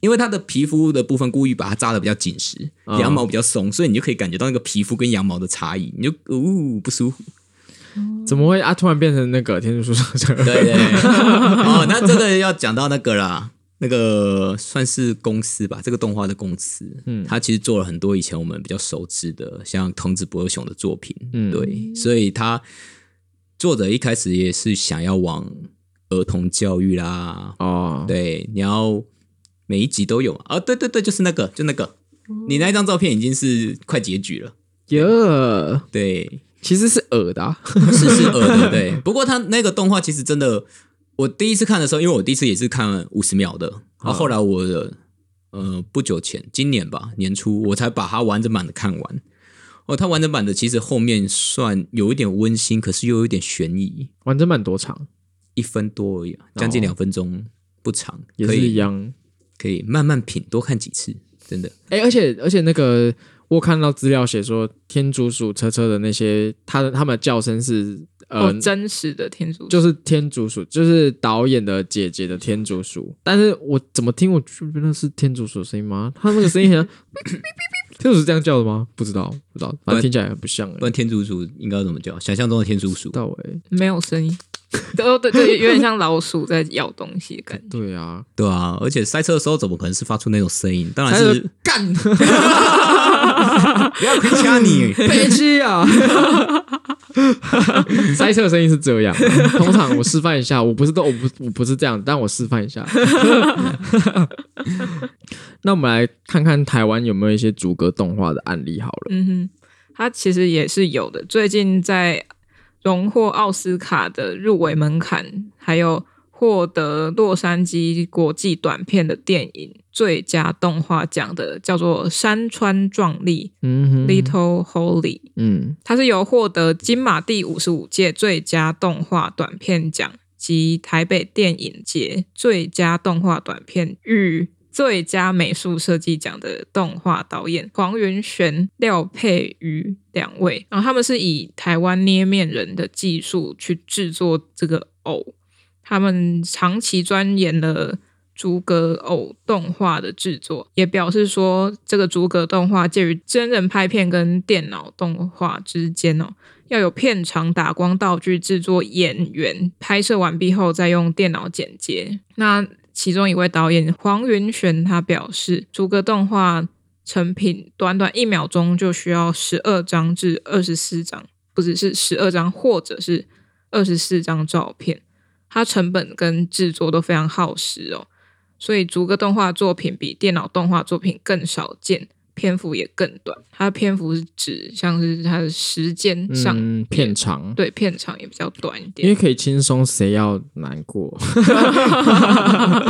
S3: 因为它的皮肤的部分故意把它扎的比较紧实，
S2: 嗯
S3: 羊毛比较松，所以你就可以感觉到那个皮肤跟羊毛的差异，你就呜不舒服。
S2: 怎么会啊？突然变成那个天竺鼠上车？
S3: (laughs) 对对，哦，那这个要讲到那个啦，那个算是公司吧，这个动画的公司，
S2: 嗯
S3: 嗯，它其实做了很多以前我们比较熟知的，像藤子不二雄的作品，
S2: 嗯
S3: 对，所以他作者一开始也是想要往儿童教育啦，
S2: 哦，
S3: 对，你要每一集都有嘛啊，对对对，就是那个，就那个，你那一张照片已经是快结局了，
S2: 耶，
S3: 对，
S2: 其实是耳的啊，
S3: 是是耳的，对。不过他那个动画其实真的，我第一次看的时候，因为我第一次也是看五十秒的，
S2: 嗯
S3: 然后后来我的呃不久前，今年吧年初，我才把它完整版的看完。哦，它完整版的其实后面算有一点温馨，可是又有一点悬疑，
S2: 完整版多长？
S3: 一分多而已啊，将近
S2: 哦
S3: 两分钟，不长，
S2: 也
S3: 可
S2: 是一
S3: 以
S2: 样。
S3: 可以慢慢品，多看几次，真的。
S2: 哎、而且而且那个我有看到资料写说，天竺鼠车车的那些，它的它们的叫声是呃、
S1: 哦，真实的天竺鼠
S2: 就是天竺鼠，就是导演的姐姐的天竺鼠。但是我怎么听，我觉得那是天竺鼠的声音吗？它那个声音很
S3: (laughs)
S2: 像 (laughs) 天竺鼠这样叫的吗？不知道，不知道，反正听起来很不像、
S3: 不
S2: 欸。
S3: 然天竺鼠应该要怎么叫？想象中的天竺鼠，
S2: 到哎、
S1: 没有声音， (laughs) 哦对对，有点像老鼠在咬东西的感觉。
S2: 对啊，
S3: 对啊。而且塞车的时候怎么可能是发出那种声音？当然
S2: 还
S3: 是
S2: 是干
S3: 不要亏掐你。
S2: (laughs) 北机啊！塞车的声音是这样，啊通常我示范一下，我不是都我不我不是这样，但我示范一下。 (laughs) 那我们来看看台湾有没有一些逐格动画的案例好了。
S1: 嗯哼，它其实也是有的。最近在荣获奥斯卡的入围门槛，还有获得洛杉矶国际短片的电影最佳动画奖的，叫做《山川壮丽
S2: 嗯哼》
S1: （Little Holy）。
S2: 嗯
S1: 它是由获得金马第五十五届最佳动画短片奖及台北电影节最佳动画短片与最佳美术设计奖的动画导演黄云璇、廖佩瑜两位，然后他们是以台湾捏面人的技术去制作这个偶，他们长期钻研了。逐格偶动画的制作，也表示说，这个逐格动画介于真人拍片跟电脑动画之间哦，要有片场打光道具制作演员，拍摄完毕后再用电脑剪接。那其中一位导演黄云璇他表示，逐格动画成品短短一秒钟就需要十二张至二十四张，不只是十二张或者是二十四张照片。它成本跟制作都非常耗时哦，所以逐个动画作品比电脑动画作品更少见，篇幅也更短。它的篇幅是指像是它的时间上，
S2: 嗯，片长，
S1: 对片长也比较短一
S2: 因
S1: 点
S2: 为。可以轻松，谁要难过？ (laughs)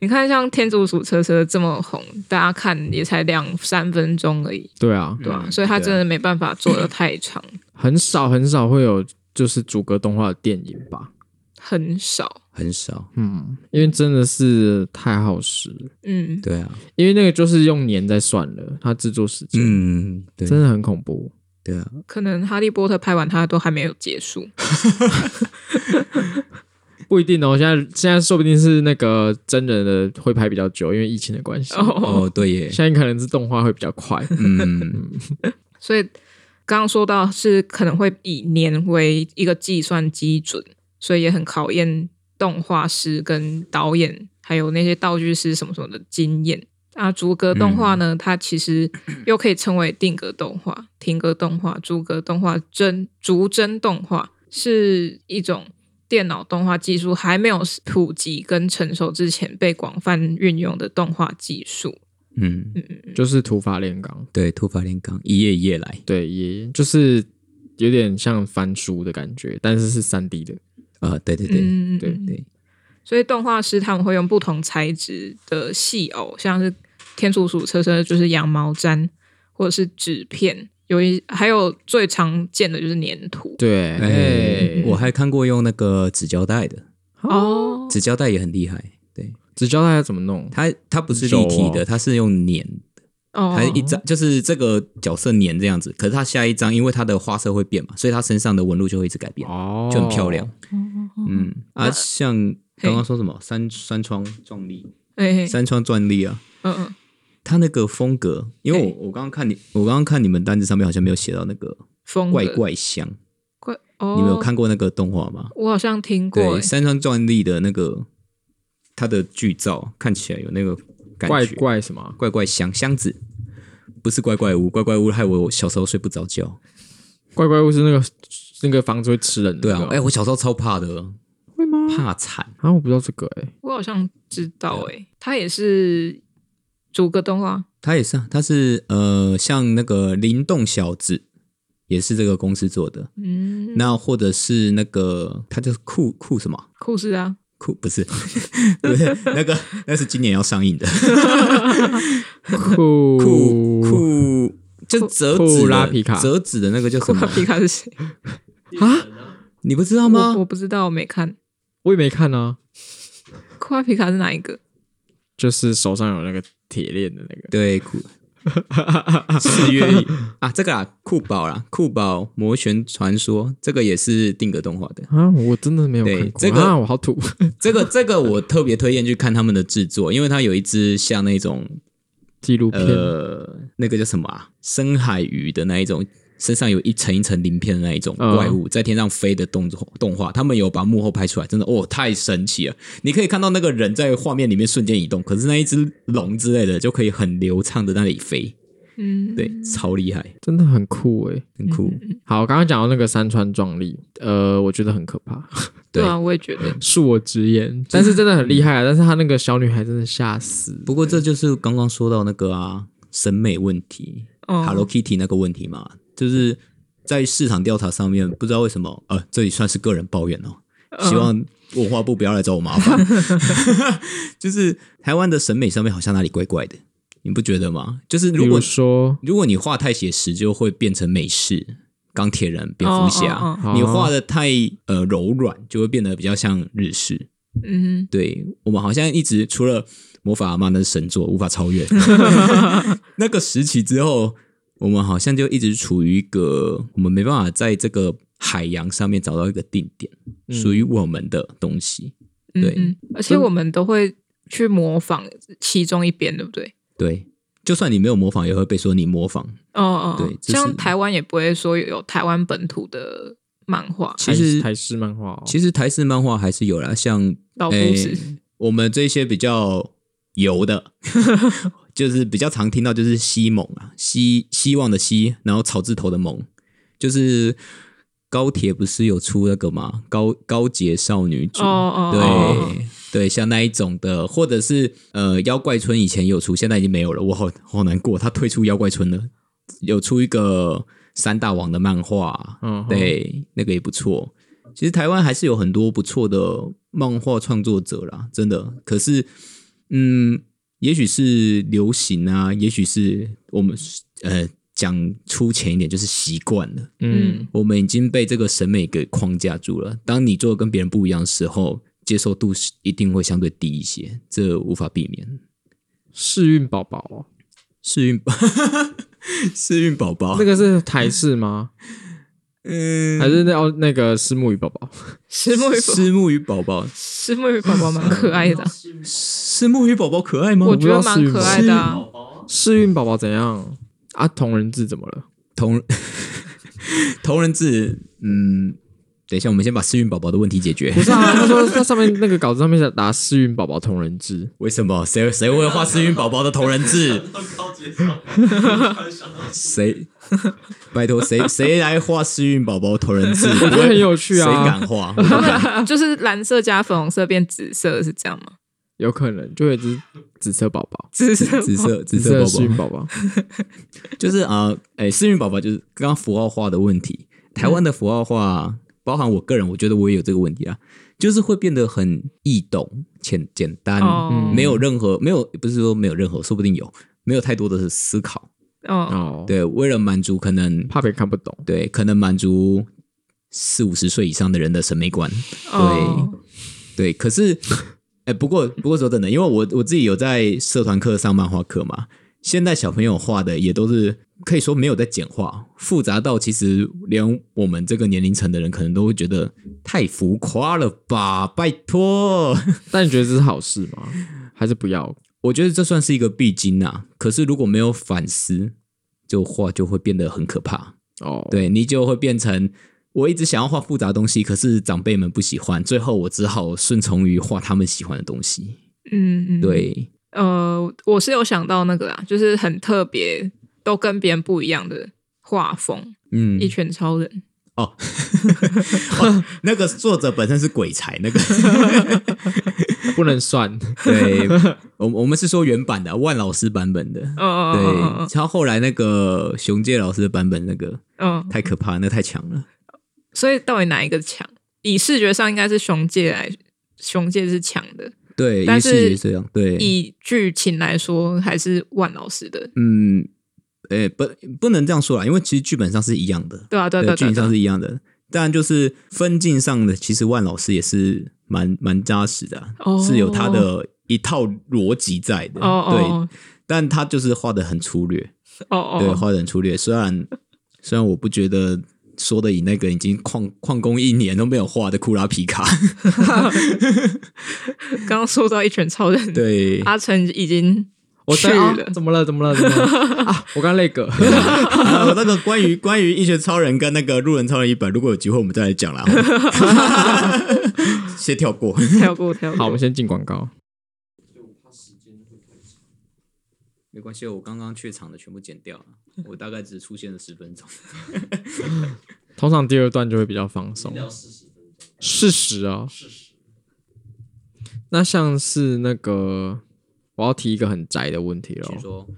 S1: 你看，像天竺鼠车车这么红，大家看也才两三分钟而已，
S2: 对啊，
S1: 对吧、
S3: 嗯
S1: 所以它
S3: 对啊
S1: 真的没办法做的太长，
S2: 很少很少会有就是逐格动画的电影吧。
S1: 很少。
S3: 很少。
S2: 嗯，因为真的是太耗时了，
S1: 嗯，
S3: 对啊，
S2: 因为那个就是用年在算了，它制作时间、
S3: 嗯，对
S2: 真的很恐怖。
S3: 对啊，
S1: 可能《哈利波特》拍完它都还没有结束。
S2: 不一定哦，现在现在说不定是那个真人的会拍比较久，因为疫情的关系。
S1: 哦，
S3: 哦，对耶，
S2: 现在可能是动画会比较快，
S3: 嗯，
S1: 所以刚刚说到是可能会以年为一个计算基准，所以也很考验动画师跟导演，还有那些道具师什么什么的经验。啊，逐格动画
S2: 嗯
S1: 呢，它其实又可以称为定格动画、停格动画、逐格动画、帧逐帧动画，是一种电脑动画技术还没有普及跟成熟之前被广泛运用的动画技术。
S3: 嗯，
S2: 就是土法炼钢，
S3: 对，突发炼钢，一页一页来
S2: 对，也就是有点像翻书的感觉，但是是三 D 的，
S3: 啊、对对对、
S1: 嗯
S2: 对
S1: 嗯
S3: 对，
S1: 所以动画师他们会用不同材质的细偶，像是天竺鼠车车就是羊毛毡，或者是纸片，有一还有最常见的就是粘土
S2: 对，
S3: 哎、
S2: 哎
S3: 我还看过用那个纸胶带的，
S1: 哦，
S3: 纸胶带也很厉害，对，
S2: 只教大家怎么弄，
S3: 它它不是立体
S2: 手
S3: 的，
S2: 哦
S3: 它是用粘，
S1: 哦
S3: 它一张就是这个角色粘这样子，可是它下一张因为它的花色会变嘛，所以它身上的纹路就会一直改变，
S2: 哦，
S3: 就很漂亮。，
S1: 嗯，
S3: 嗯啊，像刚刚说什么山山川壮丽，
S1: 哎，
S3: 山川壮丽啊，
S1: 嗯嗯，
S3: 它那个风格，因为我我刚刚看你，我刚刚看你们单子上面好像没有写到那个
S1: 风格
S3: 怪怪香，
S1: 怪，哦，
S3: 你们有？看过那个动画吗？
S1: 我好像听过
S3: 对，
S1: 欸，
S3: 山川壮丽的那个它的剧照看起来有那个感
S2: 怪
S3: 觉，
S2: 怪什么？啊
S3: 怪怪箱箱子，不是怪怪屋，怪怪屋害我小时候睡不着觉。
S2: 怪怪物是那个那个房子会吃人的
S3: 对
S2: 那
S3: 啊
S2: 个，
S3: 哎、我小时候超怕的，
S2: 会吗？
S3: 怕惨。
S2: 啊，我不知道这个哎、
S1: 我好像知道
S3: 啊
S1: 哎，它也是逐个动画
S3: 它也是啊，它是呃，像那个灵动小子，也是这个公司做的。
S1: 嗯，
S3: 那或者是那个，它叫酷酷什么？
S1: 故事啊，
S3: 酷不是， (laughs) 不是那个，那是今年要上映的。
S2: 酷
S3: (laughs) 酷酷，就是折
S2: 酷
S3: 纸的
S2: 拉皮卡
S3: 折纸的那个叫什
S1: 库卡
S3: 么？
S1: 皮卡是谁？
S3: 你不知道
S1: 我我
S3: 吗？
S1: 不知道，我没看。
S2: 我也没看啊，
S1: 库卡皮卡是哪一个？
S2: 就是手上有那个铁链的那个，
S3: 对，酷四月啊，这个啊，酷宝啦，酷宝魔旋传说，这个也是定格动画的。
S2: 啊，我真的没有看
S3: 对
S2: 过。
S3: 这个
S2: 啊，我好土。
S3: 这个这个我特别推荐去看他们的制作，因为它有一只像那种
S2: 纪录片、
S3: 呃，那个叫什么啊，深海鱼的那一种，身上有一层一层鳞片的那一种
S2: 嗯
S3: 怪物，在天上飞的动作动画，他们有把幕后拍出来，真的哦，太神奇了！你可以看到那个人在画面里面瞬间移动，可是那一只龙之类的就可以很流畅的那里飞，
S1: 嗯，
S3: 对，超厉害，
S2: 真的很酷哎、
S3: 很酷。
S2: 好，刚刚讲到那个山川壮丽，呃，我觉得很可怕， (laughs)
S1: 对
S3: 对
S1: 啊，我也觉得。
S2: 恕我直言，但是真的很厉
S3: 嗯
S2: 害啊！但是他那个小女孩真的吓死。
S3: 不过这就是刚刚说到那个啊，审美问题、
S1: 哦
S3: h e l l o Kitty 那个问题嘛，就是在市场调查上面，不知道为什么，呃，这里算是个人抱怨哦，
S1: 嗯
S3: 希望文化部不要来找我麻烦。就是台湾的审美上面好像哪里怪怪的，你不觉得吗？就是
S2: 比
S3: 如果
S2: 如说，
S3: 如果你画太写实，就会变成美式钢铁人、蝙蝠侠；
S1: 哦
S2: 哦哦
S3: 你画的太呃柔软，就会变得比较像日式。
S1: 嗯，
S3: 对我们好像一直除了魔法阿妈那是神作，无法
S2: (laughs)
S3: 超越那个时期之后，我们好像就一直处于一个我们没办法在这个海洋上面找到一个定点，
S2: 嗯
S3: 属于我们的东西。
S1: 嗯
S3: 对
S1: 嗯而且我们都会去模仿其中一边，对不对？
S3: 对，就算你没有模仿，也会被说你模仿。
S1: 哦哦，
S3: 对这是
S1: 像台湾也不会说有台湾本土的漫画，
S3: 其实
S2: 台台式漫画、哦，
S3: 其实台式漫画还是有啦，像
S1: 老夫
S3: 诶
S1: 子
S3: 我们这些比较油的， (laughs) 就是比较常听到就是西蒙啊，希希望的希，然后草字头的蒙，就是高铁不是有出那个嘛，高高洁少女组，
S1: 哦哦，
S3: 哎对、
S1: 哦
S3: 对，像那一种的，或者是呃妖怪村以前有出，现在已经没有了，我好好难过，他退出妖怪村了，有出一个三大王的漫画，啊
S2: 嗯，
S3: 对，那个也不错。其实台湾还是有很多不错的漫画创作者啦，真的。可是，嗯，也许是流行啊，也许是我们呃讲粗浅一点，就是习惯了，
S2: 嗯，
S3: 我们已经被这个审美给框架住了。当你做得跟别人不一样的时候，接受度是一定会相对低一些，这无法避免。
S2: 世运宝宝、哦，
S3: 试运， (laughs) 试运宝宝
S2: 那，个是台式吗？(laughs)
S3: 嗯，
S2: 还是那哦那个是木鱼宝宝？
S1: 石木鱼
S3: 是木鱼宝宝，
S1: 石木鱼宝宝蛮可爱
S2: (laughs)
S1: 的，啊
S3: 是木鱼宝宝可爱吗？
S1: 我
S2: 不
S1: 觉
S2: 知道
S1: 得蛮可爱的啊。
S2: 世运宝宝怎样啊？同人志怎么了？
S3: 同 (laughs) 同人志，嗯，等一下，我们先把试运宝宝的问题解决
S2: 不。是啊， (laughs) 他说他上面那个稿子上面是打世运宝宝同人志，
S3: 为什么？谁谁会画试运宝宝的同人志？谁？拜托，谁谁来画试运宝宝同人志？
S2: 觉
S3: 我
S2: 得 (laughs) 很有趣啊
S3: 谁敢画？
S1: 啊
S3: 我不敢
S1: 就是蓝色加粉红色变紫色是这样吗？
S2: 有可能就会只紫色宝宝，
S1: 紫色
S2: (laughs)
S3: 紫色紫
S2: 紫
S3: 色
S2: 色
S3: 宝
S2: 幸运
S3: 宝，
S2: 宝
S3: (laughs)
S2: 宝，
S3: 就是啊，哎、幸运宝宝就是刚刚符号化的问题。台湾的符号化，包含我个人，我觉得我也有这个问题啊，就是会变得很易懂、简简单，
S1: 哦，
S3: 没有任何没有不是说没有任何，说不定有没有太多的思考。嗯
S1: 哦，
S2: 哦，，
S3: 对，为了满足可能
S2: 怕别人看不懂，
S3: 对可能满足四五十岁以上的人的审美观。
S1: 哦，
S3: 对，可是，哎，不过不过说真的，因为我我自己有在社团课上漫画课嘛，现在小朋友画的也都是可以说没有在简化，复杂到其实连我们这个年龄层的人可能都会觉得太浮夸了吧，拜托。
S2: 但你觉得这是好事吗？ (laughs) 还是不要？
S3: 我觉得这算是一个必经呐、可是如果没有反思，就画就会变得很可怕。
S2: 哦，，
S3: 对你就会变成我一直想要画复杂的东西，可是长辈们不喜欢，最后我只好顺从于画他们喜欢的东西。
S1: 嗯嗯，，
S3: 对，
S1: 呃，我是有想到那个啦，就是很特别，都跟别人不一样的画风，
S3: 嗯
S1: 一拳超人，
S3: 哦，哦那个作者本身是鬼才，那个
S2: 不能 (laughs) 算，
S3: 对，我我们是说原版的万老师版 (laughs) 本的，
S1: 哦哦
S3: 对，
S1: 哦
S3: 然后后来那个熊介老师的版本那个
S1: 哦哦，
S3: 太可怕，那太强了。
S1: 所以到底哪一个强？以视觉上应该是熊界来，熊界是强的，
S3: 对，
S1: 但
S3: 于
S1: 是
S3: 是也这样，对，
S1: 以剧情来说还是万老师的，
S3: 嗯，诶，不不能这样说啦，因为其实剧本上是一样的，
S1: 对啊，对啊对啊
S3: 剧
S1: 对啊
S3: 情
S1: 对
S3: 上
S1: 啊，
S3: 是一样的，当然就是分镜上的，其实万老师也是蛮蛮扎实的啊、
S1: 哦
S3: 是有他的一套逻辑在的，
S1: 哦哦
S3: 对，但他就是画的很粗略，
S1: 哦哦
S3: 对，
S1: 哦，
S3: 画的很粗略。虽然虽然我不觉得说的以那个已经旷旷工一年都没有画的库拉
S1: (laughs)
S3: 皮卡，
S1: 刚刚说到一拳超人，
S3: 对，
S1: 阿成已经
S2: 我
S1: 去
S2: 在啊
S1: 了，
S2: 怎么了？怎么了？怎么 (laughs) 了？啊，我刚那个，
S3: 啊那个关于关于《一拳超人》跟那个《路人超人一百》，如果有机会我们再来 (laughs) 讲啦。先跳过。
S1: 跳过跳过，
S2: 好，我们先进广告。
S3: 没关系，我刚刚怯场的全部剪掉了，我大概只出现了十
S2: (laughs)
S3: 分钟。
S2: 通常第二段就会比较放松，四十哦，那像是那个，我要提一个很宅的问题
S3: 请
S2: 咯。
S3: 说，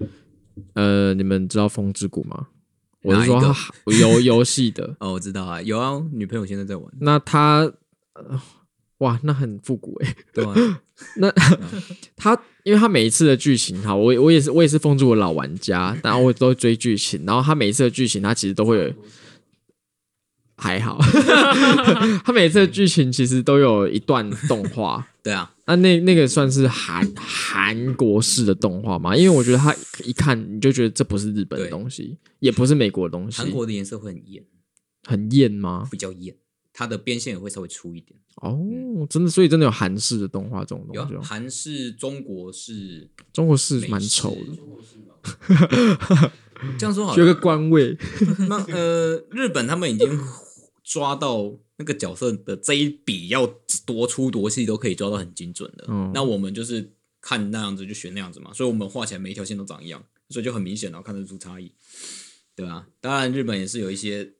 S2: 呃，你们知道《风之谷》吗？我
S3: 哪
S2: 是
S3: 一个
S2: 说游游戏的，
S3: 哦，我知道啊，有啊，女朋友现在在玩，
S2: 那它、呃哇，那很复古诶。
S3: 对 (laughs) 啊，
S2: 它因为它每一次的剧情，哈，我我也是我也是《风之谷》的老玩家，然后我都追剧情，然后它每一次的剧情，它其实都会有。还好， (laughs) 它每次的剧情其实都有一段动画，
S3: 对啊，
S2: 那那那个算是韩韩国式的动画吗？因为我觉得它一看你就觉得这不是日本的东西，也不是美国的东西，
S3: 韩国的颜色会很艳，
S2: 很艳吗？
S3: 比较艳，它的边线也会稍微粗一点。
S2: 哦，真的，所以真的有韩式的动画这种
S3: 嗯有
S2: 东西
S3: 啊，
S2: 哦，
S3: 韩式、中国式，
S2: 中国是蛮
S3: 美式
S2: 丑的，。
S3: (laughs) 这样说好
S2: 学个
S3: 了，
S2: 官位，
S3: (laughs) 那呃，日本他们已经抓到那个角色的这一笔要多粗多细都可以抓到很精准的。
S2: 嗯
S3: 那我们就是看那样子就选那样子嘛，所以我们画起来每一条线都长一样，所以就很明显，然后看得出差异，对啊，当然，日本也是有一些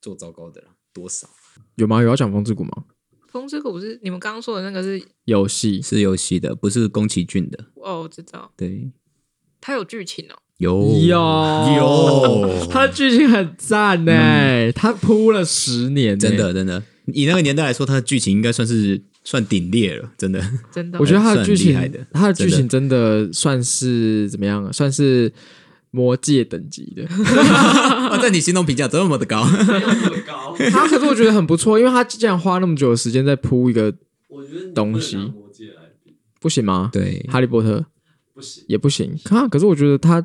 S3: 做糟糕的啦，多少
S2: 有吗？有要讲《风之谷》吗？
S1: 风之谷是你们刚刚说的那个是
S2: 游戏
S3: 是游戏的，不是宫崎骏的。
S1: 哦，我知道
S3: 对，
S1: 它有剧情哦，
S3: 有
S2: 有
S3: (laughs) 有
S2: 它的剧情很赞呢，它铺了十年，欸
S3: 真的。真的，以那个年代来说，它的剧情应该算是算顶裂了， (laughs) 真的。
S1: 真的哦，
S2: 我觉得它的剧情
S3: 算很厉害的，
S2: 它的剧情真的算是怎么样啊？算是魔界等级 (laughs) 的。
S3: 哦、在你心中评价这么的高， (laughs)
S2: 他可是我觉得很不错，因为他竟然花那么久的时间在铺一个
S4: 我觉得你
S2: 东
S4: 不能
S2: 西
S4: 拿魔戒来比，
S2: 不行吗？
S3: 对
S2: 哈利波特
S4: 不行。
S2: 也不行。看，可是我觉得他，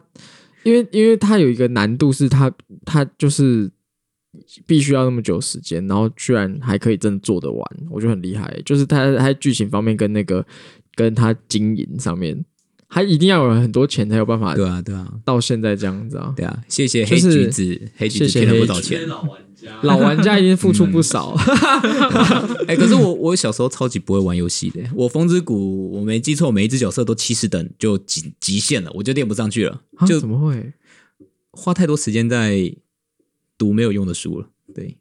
S2: 因为因为他有一个难度是他他就是必须要那么久的时间，然后居然还可以真的做得完，我觉得很厉害。就是他他在剧情方面跟那个跟他经营上面，他一定要有很多钱才有办法
S3: 对啊，对啊，
S2: 到现在这样子啊。
S3: 对啊，谢谢
S2: 就
S3: 黑
S2: 是
S3: 橘子，黑橘
S2: 谢
S3: 子
S2: 谢
S3: 骗了不
S2: 黑
S3: 少
S2: 橘
S4: 这些
S3: 钱。
S4: 老玩家，
S2: 老玩家已经付出不少，
S3: 嗯哎、可是我我小时候超级不会玩游戏的，我风之谷我没记错，每一只角色都七十等就极极限了，我就练不上去了，
S2: 啊
S3: 就
S2: 怎么会？
S3: 花太多时间在读没有用的书了。对，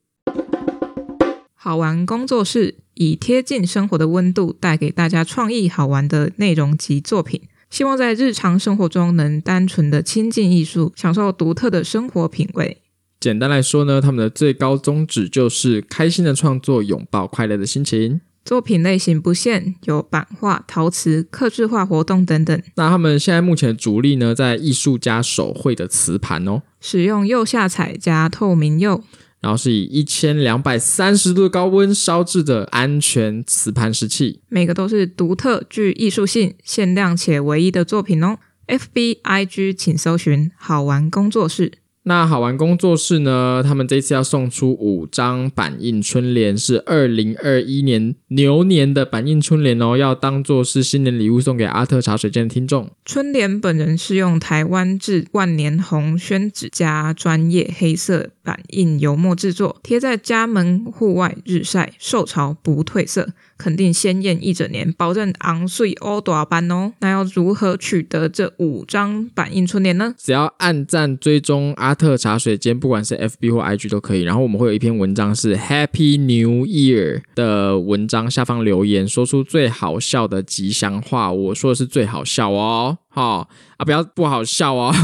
S1: 好玩工作室以贴近生活的温度，带给大家创意好玩的内容及作品。希望在日常生活中能单纯的亲近艺术，享受独特的生活品味。
S2: 简单来说呢，他们的最高宗旨就是开心的创作，拥抱快乐的心情。
S1: 作品类型不限，有版画、陶瓷、刻制化活动等等。
S2: 那他们现在目前的主力呢，在艺术家手绘的瓷盘哦，
S1: 使用釉下彩加透明釉，
S2: 然后是以一千两百三十度的高温烧制的安全瓷盘石器。
S1: 每个都是独特、具艺术性、限量且唯一的作品哦。FB、IG 请搜寻“好玩工作室
S2: 那好玩工作室呢，他们这次要送出五张版印春联，是二零二一年牛年的版印春联哦，要当做是新年礼物送给阿特茶水间的听众。”。
S1: 春联本人是用台湾制万年红宣纸加专业黑色版印油墨制作，贴在家门户外日晒受潮不褪色，肯定鲜艳一整年，保证昂睡欧大班哦。那要如何取得这五张版印春联呢？
S2: 只要按赞追踪阿特茶水间，不管是 FB 或 IG 都可以。然后我们会有一篇文章是 Happy New Year 的文章，下方留言说出最好笑的吉祥话。我说的是最好笑哦，哈、啊，不要不好笑哦。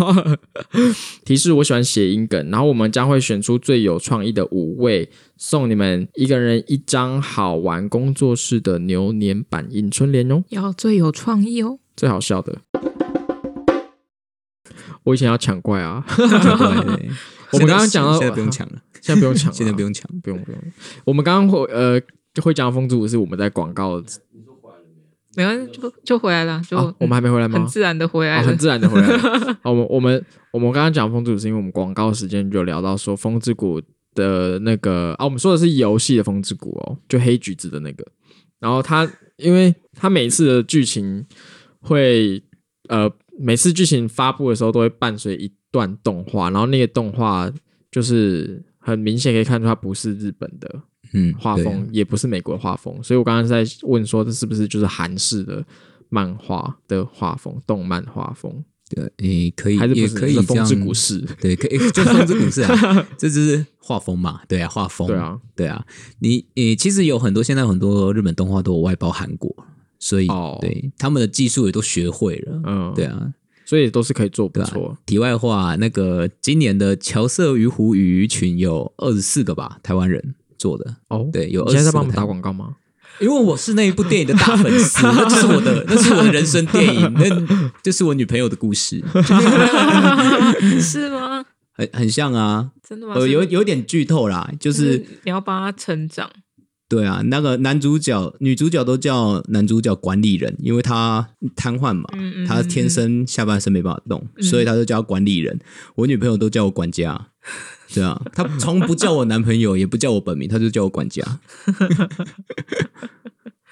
S2: (laughs) 提示我喜欢谐音梗，然后我们将会选出最有创意的五位，送你们一个人一张好玩工作室的牛年版印春联哦。
S1: 要最有创意哦。
S2: 最好笑的。我以前要抢怪啊，
S3: 对
S2: (laughs) 我们刚刚讲到
S3: 现在不用抢了，
S2: 现在不用抢、啊，
S3: 现在不用抢，
S2: 不用不用。我们刚刚会呃会讲风之舞是我们在广告
S1: 没关系，就就回来了，就、
S3: 哦
S2: 啊，我们还没回来
S1: 很
S2: 吗？
S1: 自然的回来
S2: 啊，
S1: 了。
S2: 很自然的回来了。好我们我们我们刚刚讲风之舞是因为我们广告时间就聊到说风之谷的那个啊，我们说的是游戏的风之谷哦，就黑橘子的那个。然后它因为它每次的剧情会呃，每次剧情发布的时候都会伴随一段动画，然后那个动画就是很明显可以看出它不是日本的
S3: 嗯，
S2: 画
S3: 对
S2: 风，也不是美国画风，所以我刚刚在问说这是不是就是韩式的漫画的画风，动漫画风，
S3: 对，诶，可以
S2: 还是不
S3: 也
S2: 是
S3: 可以
S2: 是
S3: 这
S2: 风
S3: 样
S2: 之谷式？
S3: 对，可以就风之谷是
S2: (laughs)
S3: 啊，这就是画风嘛，对啊，画风，
S2: 对啊，
S3: 对啊，你诶，其实有很多现在很多日本动画都有外包韩国，所以、
S2: 哦
S3: 对他们的技术也都学会了，
S2: 嗯，
S3: 对，啊。
S2: 所以都是可以做不
S3: 对啊
S2: 错。
S3: 题外话，那个今年的乔瑟鱼湖鱼群有二十四个吧，台湾人做的，
S2: 哦，
S3: 对有
S2: 你现在在帮我
S3: 24
S2: 们
S3: 台
S2: 打广告吗？
S3: 因为我是那一部电影的大粉丝，那就是我的，那是我的人生电影，那这是我女朋友的故事，
S1: 是吗？
S3: 很很像啊，
S1: 真的吗？
S3: 呃，有有点剧透啦，就
S1: 就是
S2: 嗯
S1: 你要帮他成长，
S3: 对啊，那个男主角、女主角都叫男主角管理人，因为他瘫痪嘛，
S1: 嗯嗯
S3: 他天生下半身没办法动，所以他就叫管理人。我女朋友都叫我管家， (laughs) 对啊，他从不叫我男朋友，也不叫我本名，他就叫我
S1: (laughs)
S3: 管家。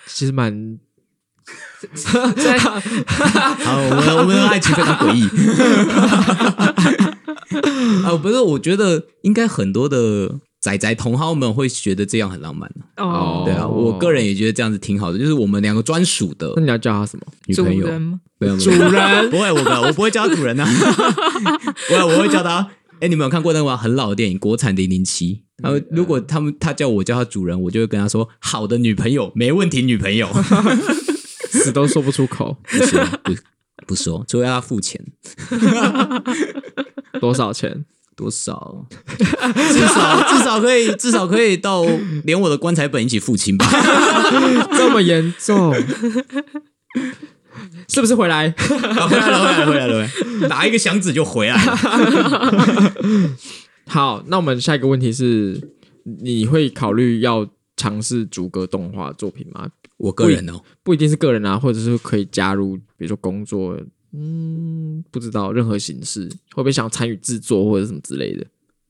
S2: 其实蛮
S1: 嗯
S3: (laughs)
S1: 在
S3: 好，我们我们的爱情非常
S1: (laughs)
S3: 诡异。 (laughs) 啊，不是，我觉得应该很多的仔仔同好们会觉得这样很浪漫、
S1: 哦，
S3: 对啊，我个人也觉得这样子挺好的，就是我们两个专属的
S2: 那你要叫他什么？
S3: 女
S1: 主
S3: 朋友。
S1: 人吗？
S3: 没有
S2: 主人
S3: (laughs) 不会，我不会我不会叫他主 (laughs) 人呐、啊，不会，我会叫他。哎、你们有看过那个很老的电影，国产《零零七》？呃，如果他们他叫我叫他主人，我就会跟他说：“好的，女朋友，没问题，女朋友。，
S2: 死都说不出口 (laughs)
S3: 不说”不不说，除非要他付 (laughs) 钱，
S2: 多少钱？
S3: 多少？至少至少可以至少可以到连我的棺材本一起付清 (laughs) 吧？
S2: 这么严重？ (laughs) 是不是回来？
S3: 好啊回来了，回来了，回来了，回来了打一个响指就回来了。
S2: 好，那我们下一个问题是，你会考虑要尝试逐格动画作品吗？
S3: 我个人哦，
S2: 不一定是个人啊，或者是可以加入，比如说工作，嗯，不知道任何形式，会不会想参与制作或者什么之类的？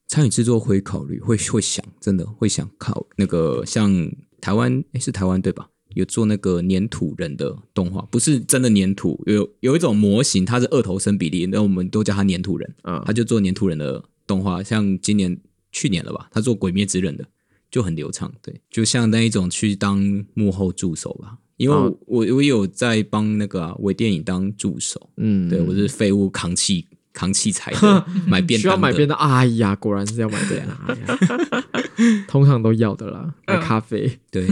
S3: 参与制作会考虑，会会想，真的会想考那个像台湾，诶是台湾对吧？有做那个粘土人的动画，不是真的粘土，有有一种模型，它是二头身比例，那我们都叫它粘土人，
S2: 嗯
S3: 他就做粘土人的动画，像今年去年了吧，他做《鬼灭之刃》的，就很流畅，对，就像那一种去当幕后助手吧，因为我、
S2: 哦
S3: 我我有在帮那个啊微、电影当助手，
S2: 嗯，
S3: 对我是废物扛器扛器材
S2: (laughs)
S3: 的，买便
S2: 需要
S3: 当
S2: 买
S3: 的
S2: 便当，哎呀，果然是要买便当，哎呀 (laughs) 通常都要的啦。买咖啡
S3: 对，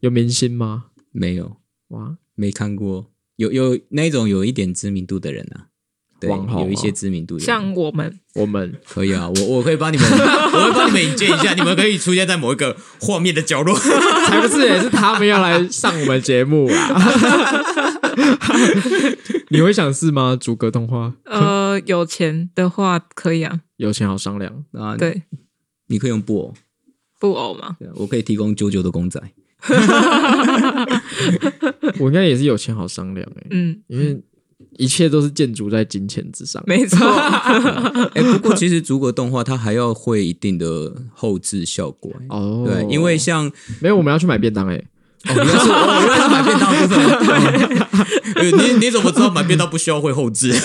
S2: 有明星吗？
S3: 没有。
S2: 哇，
S3: 没看过，有有那一种有一点知名度的人啊，对，
S2: 网红哦
S3: 有一些知名度的人，
S1: 像我们
S2: 我们
S3: 可以啊，我我可以帮你们， (laughs) 我会帮你们引荐一下，你们可以出现在某一个画面的
S1: (laughs)
S3: 角落。
S2: 才不是也是他们要来上我们节目 (laughs) 啊！你会想试吗？逐格动画
S1: (laughs) 呃有钱的话可以啊，
S2: 有钱好商量，
S3: 啊，，
S1: 对，
S3: 你可以用布偶，
S1: 布偶嘛，
S3: 对啊我可以提供九九的公仔。
S2: 我应该也是有钱好商量哎、
S1: 嗯，
S2: 因为一切都是建筑在金钱之上。
S3: (laughs)
S1: 没错，
S3: 哎、不过其实逐格动画它还要会一定的后置效果、欸
S2: 哦，
S3: 对，因为 (laughs) 像
S2: 没有我们要去买便当哎、欸，
S3: 哦，原来是哦，原来是买便当的部分吗。 (laughs) 对，你你怎么知道买便当不需要会后置？
S2: (laughs)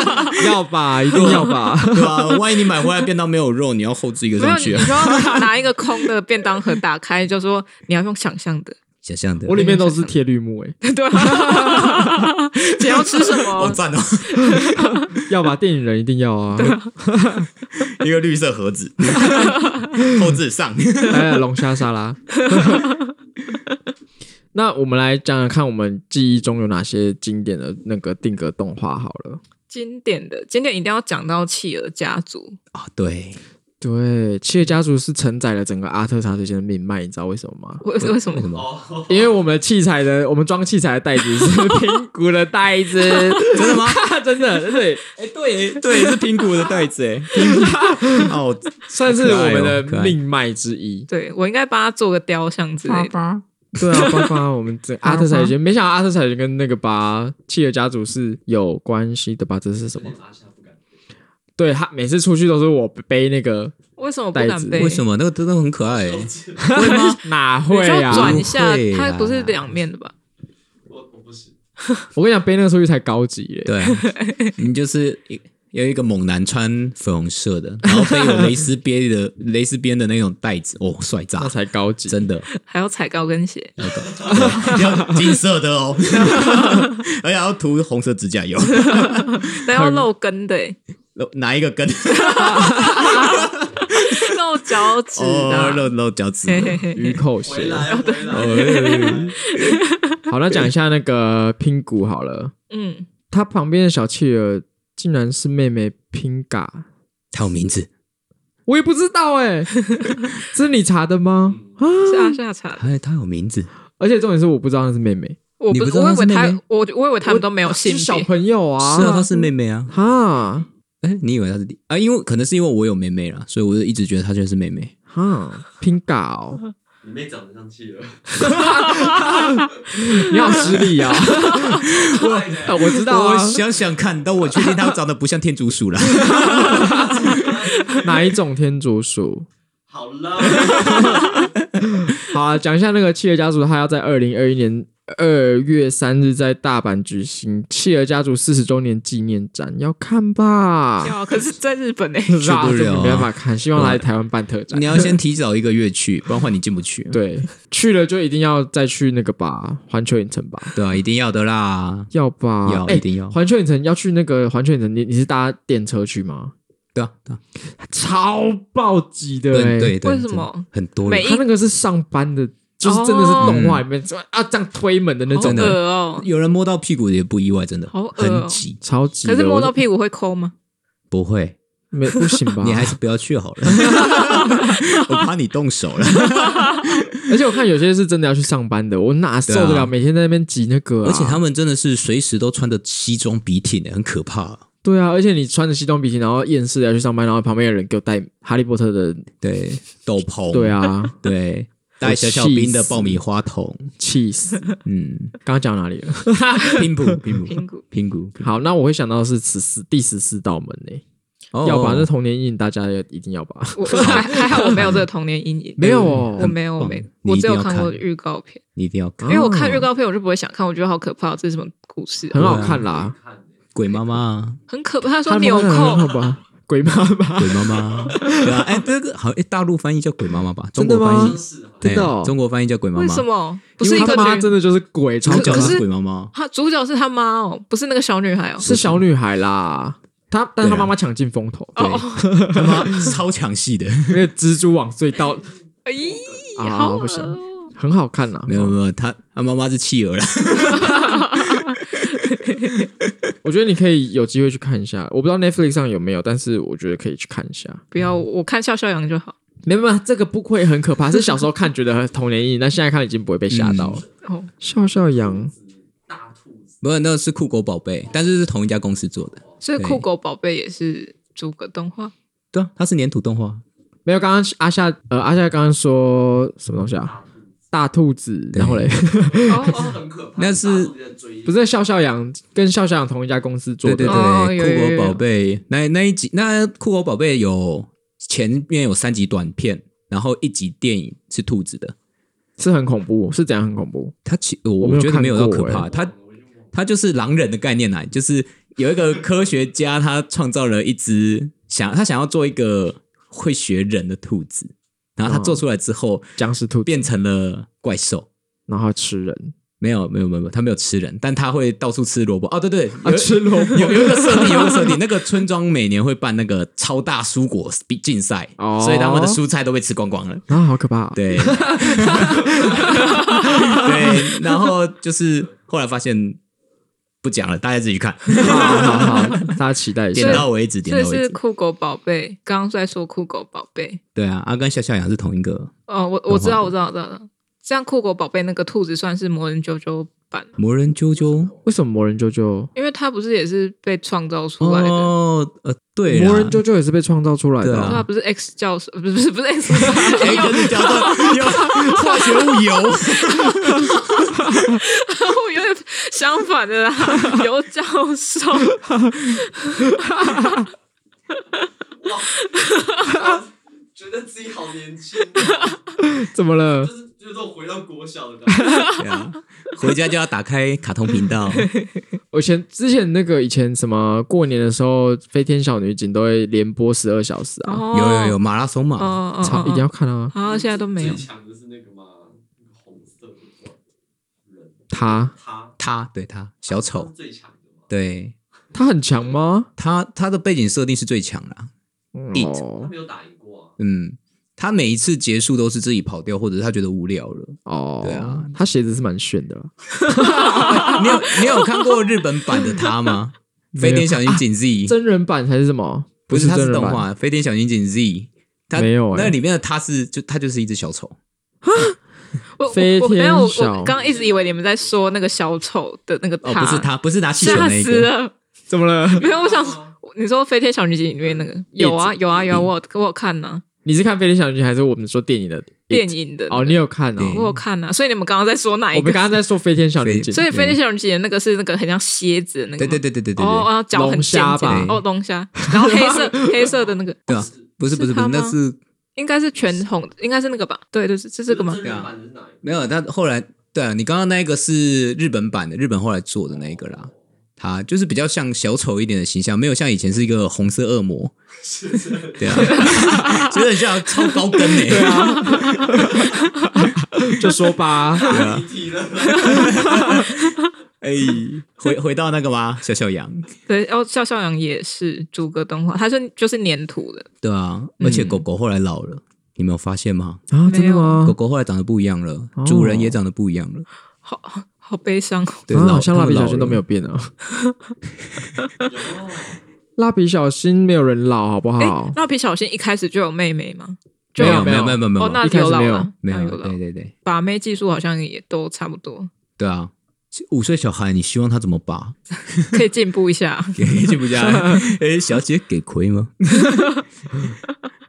S3: (laughs)
S2: 要吧，一定要吧。
S3: 对吧、万一你买回来便当没有肉，你要后置一个
S1: 没有
S3: 上
S1: 你
S3: 去
S1: 就
S3: 啊。
S1: 要拿一个空的便当盒打开，就说你要用想象的， (laughs)
S3: 想象的
S2: (laughs) 我里面都是贴绿幕哎、
S1: 对啊，
S3: (laughs)
S1: 你要吃什
S3: 好
S1: 么？
S3: 赞哦，
S2: (laughs)
S3: (laughs)
S2: 要吧，电影人一定要 (laughs) 啊。
S3: 一个绿色盒子， (laughs) 后置 (laughs) 上。
S2: 还有龙虾沙拉。 (laughs) 那我们来讲讲看，我们记忆中有哪些经典的那个定格动画好了。
S1: 经典的经典一定要讲到企鹅家族，
S3: 啊，对，
S2: 对，《企鹅家族》是承载了整个阿特查水先的命脉，你知道为什么吗？
S1: 为为什么？
S3: 么？
S4: 哦，
S2: 因为我们的器材的，我们装器材的袋 (laughs) 子是平谷的袋子，
S3: 真的吗？
S2: (laughs) 真的，对，
S3: 哎、对对，是苹果的袋子 (laughs) 哎，哦，
S2: 算是我们
S3: 可爱哦可
S2: 的
S3: 爱
S2: 命脉之一。
S1: 对我应该帮他做个雕像之类的，
S2: 巴，对
S3: (laughs)
S2: 啊，爸爸，我们这阿特彩娟，没想到阿特彩娟跟那个吧企鹅家族是有关系的吧？这是什么
S4: 有？点拿下不敢背。
S2: 对他每次出去都是我背那个，
S1: 为什么不敢背？
S2: 对
S3: 为什么那个真的很可爱欸？
S2: 会吗？ (laughs) 哪
S1: 你
S2: 会
S1: 就
S2: 啊？
S1: 转一下
S3: 不会，啦
S1: 它不是两面的吧？
S4: 我我不行，
S2: 我跟你讲，背那个出去才高级耶、
S3: (laughs) 对，啊你就是一有一个猛男穿粉红色的，然后被有蕾丝边的 (laughs) 蕾丝边的那种袋子，哦，帅炸
S2: 那！才高级。
S3: 真的，
S1: 还要踩高跟鞋，
S3: (laughs) 要金色的 (laughs) 哦，而且还哎要涂红色指甲油， (laughs)
S1: 但要露跟的、欸， (laughs)
S3: 拿一个 (laughs) 根，
S1: 露脚趾的啊、
S3: 哦，露露脚趾。
S1: 嘿嘿嘿，
S2: 鱼口
S4: 回
S2: 鞋。
S4: 来啊回来，啊
S2: 好，那讲一下那个拼骨好了，
S1: 嗯，
S2: 它旁边的小企鹅竟然是妹妹拼嘎，
S3: 他有名字，
S2: 我也不知道
S3: (laughs)
S2: 哎、这是你查的吗？
S3: 嗯
S4: 嗯
S1: 是啊是啊，查的。
S3: 哎，他有名字，
S2: 而且重点是我不知道那是妹妹，
S1: 我
S3: 你不知道
S1: 我以
S3: 她是
S1: 为他
S3: 妹妹，
S1: 我我以为他们都没有性
S2: 是小
S1: 别， (laughs)
S2: 朋友啊，
S3: 哦是啊，她是妹妹啊。
S2: 哈
S3: 哎，你以为她是弟啊？因为可能是因为我有妹妹啦，所以我就一直觉得她就是妹妹。
S2: 哈拼嘎哦，
S4: 你妹长得像企鹅，
S2: 你好失礼 (laughs) 啊！
S4: 我
S2: 我知道啊
S3: 我，想想看，但我确定她长得不像天竺鼠啦。
S2: 哪一种天竺鼠？
S4: 好啦，
S2: 好、啊，讲一下那个企鹅家族，他要在二零二一年二月三日在大阪举行企鹅家族四十周年纪念展，要看吧？
S1: 要可是在日本呢、
S2: 是啊，
S3: 去不
S2: 这
S3: 了啊
S2: 没办法看，希望来台湾办特展
S3: (laughs) 你。要先提早一个月去，不然换你进不去。
S2: 对，去了就一定要再去那个吧，环球影城吧，
S3: 对啊，一定要的啦。
S2: 要吧？
S3: 要
S2: 哎
S3: 一定要
S2: 环球影城要去那个环球影城，你你是搭电车去吗？
S3: 对啊，对啊，
S2: 超暴挤的、欸，
S3: 对对对，
S1: 为什
S3: 真的
S1: 么
S3: 很多人
S1: 每
S2: 他那个是上班的，就是真的是动画里面、啊这样推门的那
S1: 好
S2: 种，
S1: 恶哦、
S3: 有人摸到屁股也不意外，真的，
S1: 好恶哦
S3: 很挤，
S2: 超级的。
S1: 可是摸到
S2: 我
S1: 屁股会抠吗？
S3: 不会，
S2: 没不行吧？
S3: (laughs) 你还是不要
S2: (laughs)
S3: 去好了，我怕你动手了。
S2: 啊而且我看有些是真的要去上班的，我哪受得
S3: 对
S2: 了、
S3: 啊
S2: 每天在那边挤那个、啊？
S3: 而且他们真的是随时都穿着西装笔挺欸的，很可怕、
S2: 对啊，而且你穿着西装笔挺，然后厌世的要去上班，然后旁边有人给我戴哈利波特的，
S3: 对，斗篷，
S2: 对，
S1: (laughs)
S2: 啊，
S3: 对，带小小兵的爆米花筒，
S2: 气死！
S3: 嗯，
S2: 刚刚讲哪里了？
S3: 拼补，拼
S1: 屁
S3: 补，
S1: 股
S3: 拼补，
S2: 好，那我会想到是十四第十四道门呢、
S3: 哦
S2: 要吧？那童年阴影大家也一定要吧？
S1: 我我还还好我没有这个童年阴影，嗯
S2: 没有哦
S1: 我没有我没
S3: 很棒，
S1: 我只有
S3: 你一定要
S1: 看过
S3: 看
S1: 预告片，
S3: 你一定要看
S2: 啊
S1: 因为我看预告片我就不会想看，我觉得好可怕，这是什么故事啊、
S2: 很好看啦，
S4: 看欸
S3: 鬼妈妈，
S1: 很可怕。他说
S2: 哈利
S1: 纽
S2: 波特很好
S1: 扣，
S2: 吧？鬼妈妈
S3: 鬼妈妈，对啊，哎，这个好，哎，大陆翻译叫鬼妈妈吧？中
S2: 真的
S3: 国
S2: 吗
S3: 翻
S4: 真
S3: 译
S4: 是哈，
S2: 真的哦
S3: 哎中国翻译叫鬼妈妈，
S1: 为什？么不是一
S2: 因为
S1: 个
S2: 他妈
S1: 女？
S2: 真的就是鬼，超
S3: 主
S2: 级
S3: 角
S1: 可是
S3: 是鬼妈妈，
S1: 他主角是他妈哦，不是那个小女孩哦。
S2: 是小女孩啦。她，但是她
S3: 对啊
S2: 妈妈抢尽风头，
S1: 哦，
S3: 他妈超抢戏的。
S2: 那个蜘蛛网隧道
S1: 咦，
S2: 啊
S1: 哎好恶
S2: 不行
S1: 哦
S2: 很好看啊呐、
S3: 没有没有，他他妈妈是企鹅啦。
S2: 我觉得你可以有机会去看一下，我不知道 Netflix 上有没有，但是我觉得可以去看一下。
S1: 不要我看笑笑羊就好。
S2: 没有没有，这个不会很可怕，是小时候看觉得很童年阴影，但现在看已经不会被吓到了。
S1: 哦，
S2: 笑笑羊，
S4: 大兔子，
S3: 不是，那个是酷狗宝贝，但是是同一家公司做的。
S1: 所以
S3: 对
S1: 酷狗宝贝也是逐个动画，
S3: 对啊，它是粘土动画。
S2: 没有，刚刚阿夏呃阿夏刚刚说什么东西啊？
S4: 大兔子
S2: 大兔子，然后嘞， (laughs)
S1: 哦
S4: (laughs) 是
S1: 哦
S4: 很可怕，
S3: 那是
S4: 大兔子在追
S2: 不是笑笑羊跟笑笑羊同一家公司做
S3: 对
S2: 的，
S3: 对对，
S1: 哦有有
S3: 酷
S1: 有
S3: 狗宝贝那那一集，那酷狗宝贝有前面有三集短片，然后一集电影是兔子的。
S2: 是很恐怖，是怎样很恐怖？
S3: 它其
S2: 我
S3: 我
S2: 没有
S3: 觉得没有到
S2: 看
S3: 可
S2: 过
S3: 怕，
S2: 欸
S3: 它它就是狼人的概念来，就是有一个科学家他创造了一只想他想要做一个会学人的兔子，然后他
S2: 哦
S3: 做出来之后
S2: 僵尸兔子，
S3: 变成了怪兽。
S2: 然后吃人，
S3: 没有没有没有，他没有吃人，但他会到处吃萝卜。哦，对对，
S2: 啊
S3: 有、
S2: 萝卜
S3: (laughs) 有有一个设定，有一个设定，那个村庄每年会办那个超大蔬果比竞赛，
S2: 哦
S3: 所以他们的蔬菜都被吃光光了。
S2: 然后好可怕、哦。
S1: (laughs)
S3: 对，对，然后就是后来发现不讲了，大家自己去看，
S2: 好好好，大家期待一
S3: 点
S2: 下。
S3: 到为止，点
S1: 这
S3: 到为
S1: 是
S3: 止。
S1: 酷狗宝贝。刚刚在说酷狗宝贝，
S3: 对啊，阿、啊、跟笑笑羊是同一个
S1: 哦，我
S3: 画
S1: 我知道，
S3: 的
S1: 我知道，我知道了。这样酷狗宝贝那个兔子算是魔人啾啾版，
S3: 魔人啾啾。
S2: 为什么魔人啾啾？
S1: 因为它不是也是被创造出来的。
S3: 哦，呃，对啦，
S2: 魔人啾啾也是被创造出来的
S3: 对
S1: 对啊，
S2: 啊、
S1: 不是 X 教授，不是不是不是 X，
S3: 哎，跟你讲的有化学物油。
S1: 我 (laughs) 有点相反的
S3: (laughs)
S1: 啦，尤教授。
S4: 哇，觉得自己好年轻哦，
S2: 怎么了
S4: 就？是就是这种回到国小的感觉。
S3: 对啊，回家就要打开卡通频道。
S2: 我以前之前那个以前什么过年的时候，飞天小女警都会连播十二小时啊，
S1: 哦
S3: 有有有，马拉松嘛，
S1: 哦哦，
S2: 操、一定要看啊！
S1: 啊，现在都没有
S4: 最。强的是那个嘛，那个红色的人，
S2: 他
S4: 他
S3: 他对他小
S4: 他
S3: 丑
S4: 是，最强的嘛。
S3: 对
S2: 他很强吗？
S3: 他他的背景设定是最强啦。
S2: 嗯
S3: It
S4: 他
S2: 哦
S4: 没有打赢过啊，
S3: 嗯，他每一次结束都是自己跑掉，或者是他觉得无聊了。
S2: 哦，
S3: 对啊，
S2: 他鞋子是蛮炫的啦。
S3: 你有你有看过日本版的他
S2: (laughs)
S3: 吗？
S2: 没
S3: 飞
S2: 有
S3: 天小女警 Z、
S2: 真人版还是什么？
S3: 不是，
S2: 是
S3: 它
S2: 真
S3: 是
S2: 人
S3: 动
S2: 版，
S3: 画。飞天小女警 Z，它
S2: 没有欸
S3: 那里面的他是就他就是一只小丑。
S1: 我
S2: 飞
S1: 我我没
S2: 天
S1: 有，我
S2: 小
S1: 我刚刚一直以为你们在说那个小丑的那个
S3: 哦，不是他，不是拿气球
S1: 吓
S3: 那一
S1: 死
S3: 个。
S1: 了。
S2: 怎么了？
S1: 没有，我想
S3: 哦
S1: 你说《飞天小女警》里面那个有啊有啊有啊，我有我有看呢，
S2: 你是看飞天小女警还是我们说电影的
S1: 电？影的
S2: It？哦，你有看
S3: 电
S2: 哦
S3: 影。
S1: 我有看呢，所以你们刚刚在说哪一
S2: 我们
S1: 个？
S2: 刚刚在说飞天小女警，
S1: 所以《飞天小女警》的那个是那个很像蝎子的那个
S3: 嗯对
S1: 吗，
S3: 对对对对对
S1: 哦，
S3: 对，
S1: 然后脚很
S2: 龙虾
S1: 尖尖
S2: 吧
S1: 哦，龙虾，然后黑色
S3: (laughs)
S1: 黑色的那个，
S3: 对啊，不是不是
S1: 是
S3: 不
S1: 他
S3: 是，
S1: 吗
S3: 那是
S1: (laughs) 应该是全红，应该是那个吧？对对，是是这个吗
S4: 真？人版的是哪一个？
S3: 没有，他后来对啊，你刚刚那一个是日本版的，日本后来做的那一个啦。他就是比较像小丑一点的形象，没有像以前是一个红色恶魔，
S4: 是是
S3: 对啊， (laughs) 觉得很像超高跟欸诶、
S2: 对啊，就说吧，
S4: 大离题了，
S3: (laughs) 哎，回回到那个吗？小小羊，
S1: 对，然后笑笑羊也是逐格动画，它是就是粘土的，
S3: 对啊，而且狗狗后来老了，你没有发现吗？
S2: 啊，
S1: 没有
S2: 真的吗
S3: 狗？狗后来长得不一样了，
S2: 哦
S3: 主人也长得不一样了，
S1: 好好悲伤哦。
S3: 对，
S2: 啊
S3: 老
S2: 像蜡笔小新都没有
S3: 有，
S2: 变啊， (laughs)
S4: 有
S2: 蜡笔小新没有人老，好不
S1: 哎
S3: 哦
S2: 好，？
S1: 蜡笔小新一开始就有妹妹吗？就
S3: 没有
S2: 没
S3: 没
S2: 有
S3: 有没有没有没有
S1: 哦，那
S2: 一开始
S1: 老
S2: 没有
S1: 了，
S3: 没
S1: 那
S3: 有，
S1: 老
S3: 对，对对
S1: 把妹技术好像也都差不多，
S3: 对啊，五岁小孩你希望他怎么 (laughs) 拔？
S1: (laughs) 可以进步一下。
S3: 给进不下 (laughs) 来，哎，小姐给亏吗？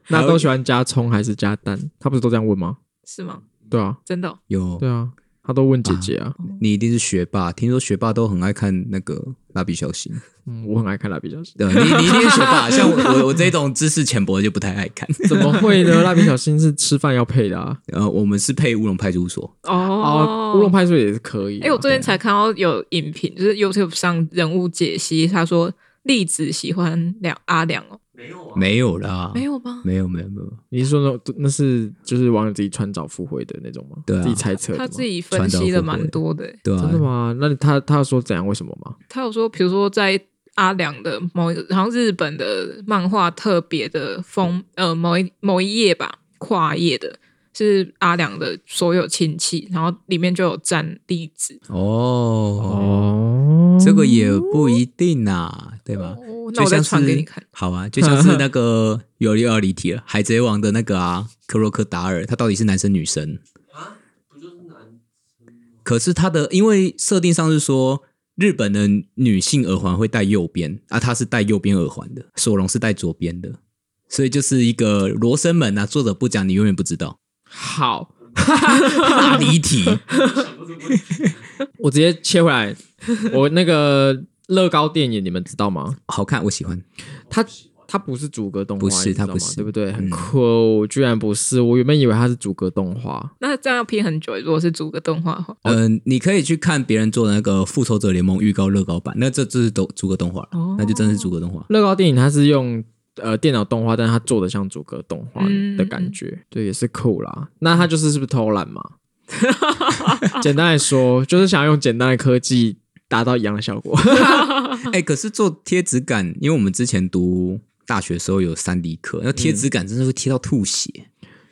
S2: 那都喜欢加葱还是加蛋？他不是都这样问吗？
S1: 是吗？
S2: 对啊，
S1: 真的哦、
S3: 有
S2: 对啊，他都问姐姐啊。
S3: 你一定是学霸，听说学霸都很爱看那个蜡笔小新，
S2: 嗯，我很爱看蜡笔小新。
S3: 对啊 (laughs) 吧，你你一定是学霸，像我我我这种知识浅薄的就不太爱看。
S2: 怎么会呢？蜡笔小新是吃饭要配的啊。
S3: 呃，我们是配乌龙派出所，
S2: 哦
S1: 哦，，
S2: 乌龙派出所也是可以啊。
S1: 哎、我最近才看到有影评，就是 YouTube 上人物解析，他说栗子喜欢两阿良哦，
S4: 没有啊？
S3: 没有啦，
S1: 没有吧？
S3: 没有没有没有，
S2: 你是说那那是就是网友自己穿凿附会的那种吗？
S3: 对啊
S2: 自己猜测的吗
S1: 他自己分析了蛮多的、
S3: 对
S2: 真的
S3: 啊，
S2: 吗？那他他有说怎样？为什么吗？
S1: 他有说，比如说在阿良的某一个，好像日本的漫画特别的封，呃，某一某一页吧，跨页的，是阿良的所有亲戚，然后里面就有占例子。
S3: 哦，
S2: 哦，
S3: 这个也不一定啊，对吧？
S1: 哦那
S3: 就
S1: 我再
S3: 像
S1: 传给
S3: 是
S1: 你看。
S3: 好啊，就像是那个有又要离题了，《海贼王》的那个
S1: (laughs)
S3: 啊，克洛克达尔，他到底是男生女生？
S4: 啊，不就是男生吗？
S3: 可是他的因为设定上是说，日本的女性耳环会戴右边啊，她是戴右边耳环的，索隆是戴左边的，所以就是一个罗生门啊。作者不讲，你永远不知
S1: (laughs)
S3: 道。
S2: 好，
S3: 大离题，
S4: 想不出问题。
S2: 我直接切回来，我那个乐高电影你们知道吗？
S3: 好看，我喜欢。
S4: (laughs)
S2: 他它不是主格动画，
S3: 不是
S2: 你知道吗
S3: 它不是
S2: 对不对？很
S3: 嗯
S2: 酷，居然不是！我原本以为它是主格动画，
S1: 那这样要拼很久，如果是组个动画的话。
S3: 嗯、你可以去看别人做的那个《复仇者联盟》预告乐高版，那这这是都逐格动画了，
S1: 哦
S3: 那就真的是逐格动画。
S2: 乐高电影它是用呃电脑动画，但是它做的像主格动画
S1: 嗯
S2: 的感觉，对，也是酷啦。那它就是是不是偷懒嘛？ (laughs) 简单来说，就是想要用简单的科技达到一样的效果。 (laughs)
S3: 哎、可是做贴纸感，因为我们之前读大学的时候有三 D 课，那贴
S2: 嗯
S3: 纸感真的会贴到吐血。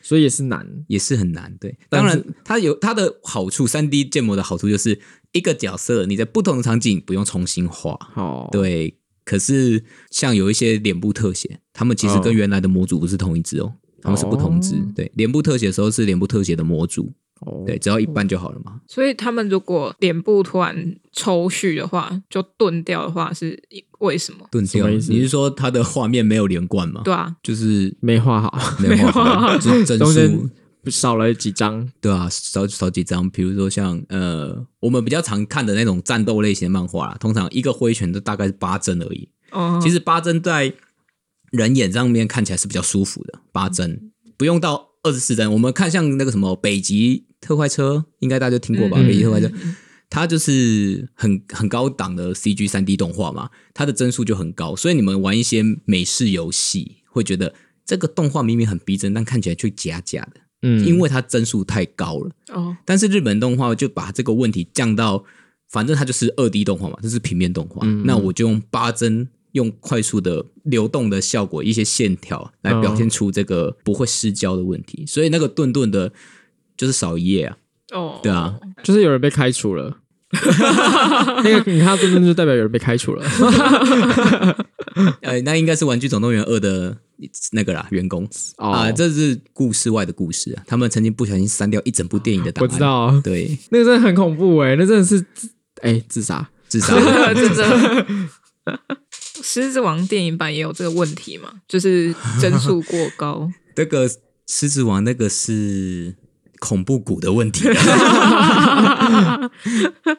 S2: 所以也是难。
S3: 也是很难。对，
S2: 但
S3: 当
S2: 是
S3: 然它有它的好处，三 D 建模的好处就是一个角色你在不同的场景不用重新画，
S2: 好，，
S3: 对。可是像有一些脸部特写，他们其实
S2: 哦
S3: 跟原来的模组不是同一只哦。他们是不同只
S2: 哦，
S3: 对脸部特写的时候是脸部特写的模组，
S2: 哦、
S3: 对，只要一半就好了嘛。
S1: 所以他们如果脸部突然抽蓄的话，就钝掉的话，是一为什么？
S3: 钝
S2: 什
S3: 掉，
S2: 么意思
S3: 你是说它的画面没有连贯吗？
S1: 对啊，
S3: 就是
S2: 没画好，
S3: 没有
S1: 没有
S3: 画
S1: 画
S3: 好，
S2: (laughs)
S3: 就是帧
S2: 中
S3: 数
S2: 间少了几张。
S3: 对啊，少少几张，比如说像呃，我们比较常看的那种战斗类型的漫画啦，通常一个挥拳都大概是八帧而已。
S2: 嗯
S1: 哦，
S3: 其实八帧在人眼上面看起来是比较舒服的，八
S2: 嗯
S3: 帧不用到二十四帧。我们看像那个什么北极特快车，应该大家就听过吧？
S2: 嗯
S3: 北极特快车
S1: 嗯嗯嗯，
S3: 它就是很很高档的 CG 三 D 动画嘛，它的帧数就很高，所以你们玩一些美式游戏会觉得这个动画明明很逼真，但看起来却假假的，
S2: 嗯，
S3: 因为它帧数太高了。
S1: 哦，
S3: 但是日本动画就把这个问题降到，反正它就是二 D 动画嘛，这是平面动画，
S2: 嗯
S3: 那我就用八帧，用快速的流动的效果，一些线条来表现出这个不会失焦的问题。所以那个顿顿的，就是少一
S2: (laughs)
S3: 页啊，
S1: 哦，
S3: 对啊，
S2: 就是有人被开除了。 (laughs) 那个你看到真正就代表有人被开除了。
S3: 呃，那应该是《玩具总动员二》的那个啦，员工
S2: 哦
S3: 啊、这是故事外的故事啊，他们曾经不小心删掉一整部电影的档
S2: 我
S3: 案，
S2: 知，道，
S3: 对，
S2: 那个真的很恐怖哎、那真的是自哎、自杀。
S3: 自杀
S1: 这 (laughs) 真的。狮子王电影版也有这个问题嘛，就是帧数过
S3: (laughs)
S1: 高。
S3: 这个狮子王那个是恐怖谷的问题，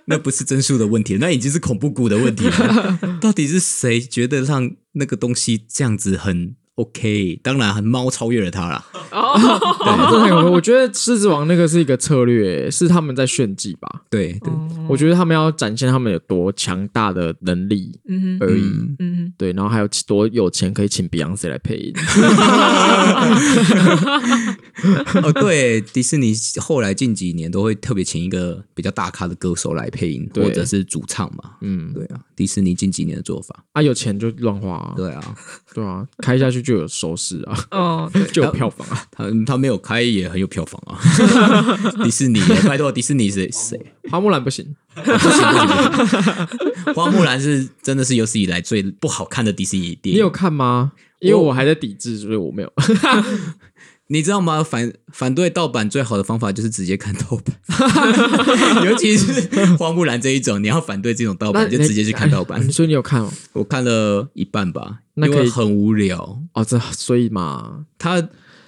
S3: 那不是帧数的问题，那已经是恐怖谷的问题了。到底是谁觉得让那个东西这样子很 OK？当然，猫超越了它啦。
S1: 哦，
S2: 对，真的很恐怖。我觉得《狮子王》那个是一个策略、欸是他们在炫技吧？
S3: 对对，
S2: 我觉得他们要展现他们有多强大的能力
S1: 嗯哼，
S2: 而已。
S3: 嗯
S1: 嗯
S2: 对，然后还有多有钱可以请 Beyonce 来配音。
S3: (laughs) 哦对，迪士尼后来近几年都会特别请一个比较大咖的歌手来配音，
S2: 对
S3: 或者是主唱嘛。
S2: 嗯，
S3: 对啊，迪士尼近几年的做法。
S2: 啊，有钱就乱花、啊，
S3: 对啊，
S2: 对啊，开下去就有收视
S1: (laughs)
S2: 啊，
S1: 哼，哦，对，
S2: 就有票房啊。
S3: 他他没有开也很有票房
S2: (laughs)
S3: 啊。迪士尼，拜托，迪士尼谁谁？
S2: 花木兰不行，
S3: 花木兰是真的是有史以来最不好看的迪士尼电
S2: 你
S3: 影。
S2: 有看吗？因为我还在抵制，所以我没有。
S3: 你知道吗？反反对盗版最好的方法就是直接看盗版，
S2: (laughs)
S3: 尤其是花木兰这一种，你要反对这种盗版，就直接去看盗版
S2: 嗯。 (laughs) 所以你有看哦？
S3: 我看了一半吧，
S2: 那
S3: 因
S2: 可以
S3: 为很无聊，
S2: 哦，这所以嘛，
S3: 他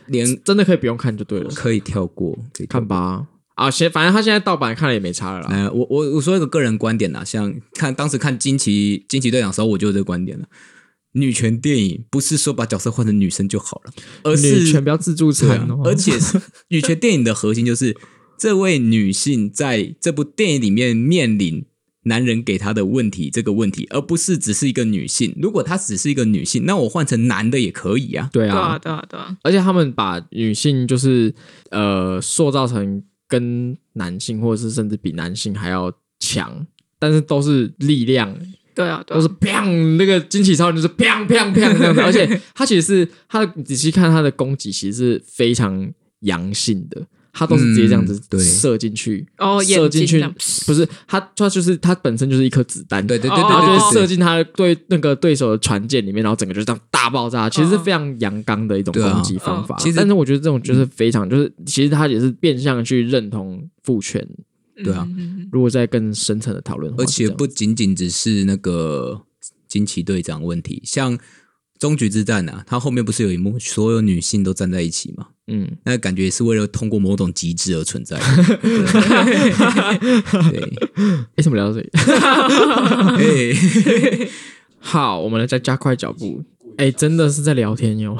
S3: 连
S2: 真的可以不用看就对了，
S3: 可以跳过，可以跳
S2: 看
S3: 过。
S2: 吧。啊，现反正他现在盗版看了也没差了啦。
S3: 哎，我我我说一个个人观点啦，像看当时看惊奇惊奇队长的时候，我就有这个观点了。女权电影不是说把角色换成女生就好了，而
S2: 女
S3: 是
S2: 权不要自助
S3: 对
S2: 餐
S3: 啊
S2: 哦，，
S3: 而且是女权电影的核心就是这位女性在这部电影里面面临男人给她的问题这个问题，而不是只是一个女性。如果她只是一个女性，那我换成男的也可以啊。
S2: 对
S1: 对
S2: 啊
S1: 啊，，对啊，对啊，
S2: 而且他们把女性就是呃塑造成跟男性，或者是甚至比男性还要强，但是都是力量，
S1: 对啊，对啊
S2: 都是砰，那个惊奇超人就是
S3: (laughs)
S2: 砰砰砰这样子，而且他其实是他的，你仔细看他的攻击，其实是非常阳性的，它都是直接这样子
S3: 嗯对
S2: 射进去，
S1: 哦眼
S2: 射进
S1: 睛
S2: 去
S1: 这样
S2: 不是它，它就是它本身就是一颗子弹，
S3: 对对对
S1: 哦
S2: 然后就
S3: 对
S2: 是
S3: 对对
S2: 射进他的对那个对手的船舰里面，然后整个就这样大爆炸，其实是非常阳刚的一种
S3: 哦对啊
S2: 攻击方法。
S3: 嗯其实
S2: 但是我觉得这种就是非常，就是其实他也是变相去认同父权。
S3: 对啊
S1: 嗯，嗯嗯
S2: 如果在更深层的讨论的话，
S3: 而
S2: 是
S3: 且
S2: 这样
S3: 不仅仅只是那个惊奇队长问题，像终局之战啊，它后面不是有一幕所有女性都站在一起嘛？
S2: 嗯，
S3: 那感觉也是为了通过某种机制而存在 (laughs) 的。对，
S2: 为什么聊到这里？
S3: (laughs) 对嘿
S2: 好，我们来再加快脚步。哎、真的是在聊天哟。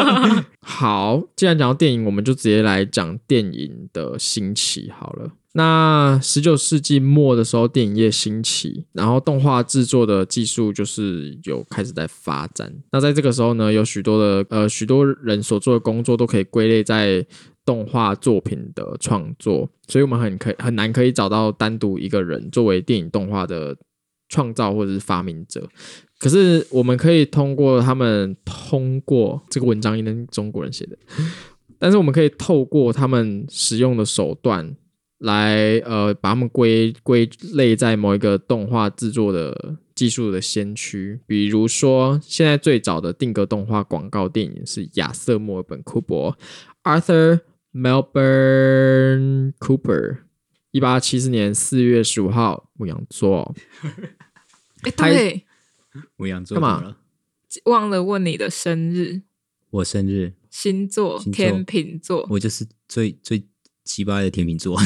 S2: (laughs) 好，既然讲到电影，我们就直接来讲电影的兴起好了。那十九世纪末的时候，电影业兴起，然后动画制作的技术就是有开始在发展。那在这个时候呢，有许多的呃许多人所做的工作都可以归类在动画作品的创作，所以我们很可很难可以找到单独一个人作为电影动画的创造或者是发明者。可是我们可以通过他们通过这个文章，应该是中国人写的，但是我们可以透过他们使用的手段来呃，把他们归归类在某一个动画制作的技术的先驱，比如说现在最早的定格动画广告电影是亚瑟·墨尔本·库珀 （Arthur Melbourne Cooper）。一八七四年四月十五号，牧羊座。
S1: 哎，
S2: 还
S1: 对，
S3: 我想做
S2: 干嘛
S3: 怎么了？
S1: 忘了问你的生日、
S3: 我生日，
S1: 星座，
S3: 星座
S1: 天秤座。
S3: (laughs) 我就是最最奇葩的天秤 (laughs) 座。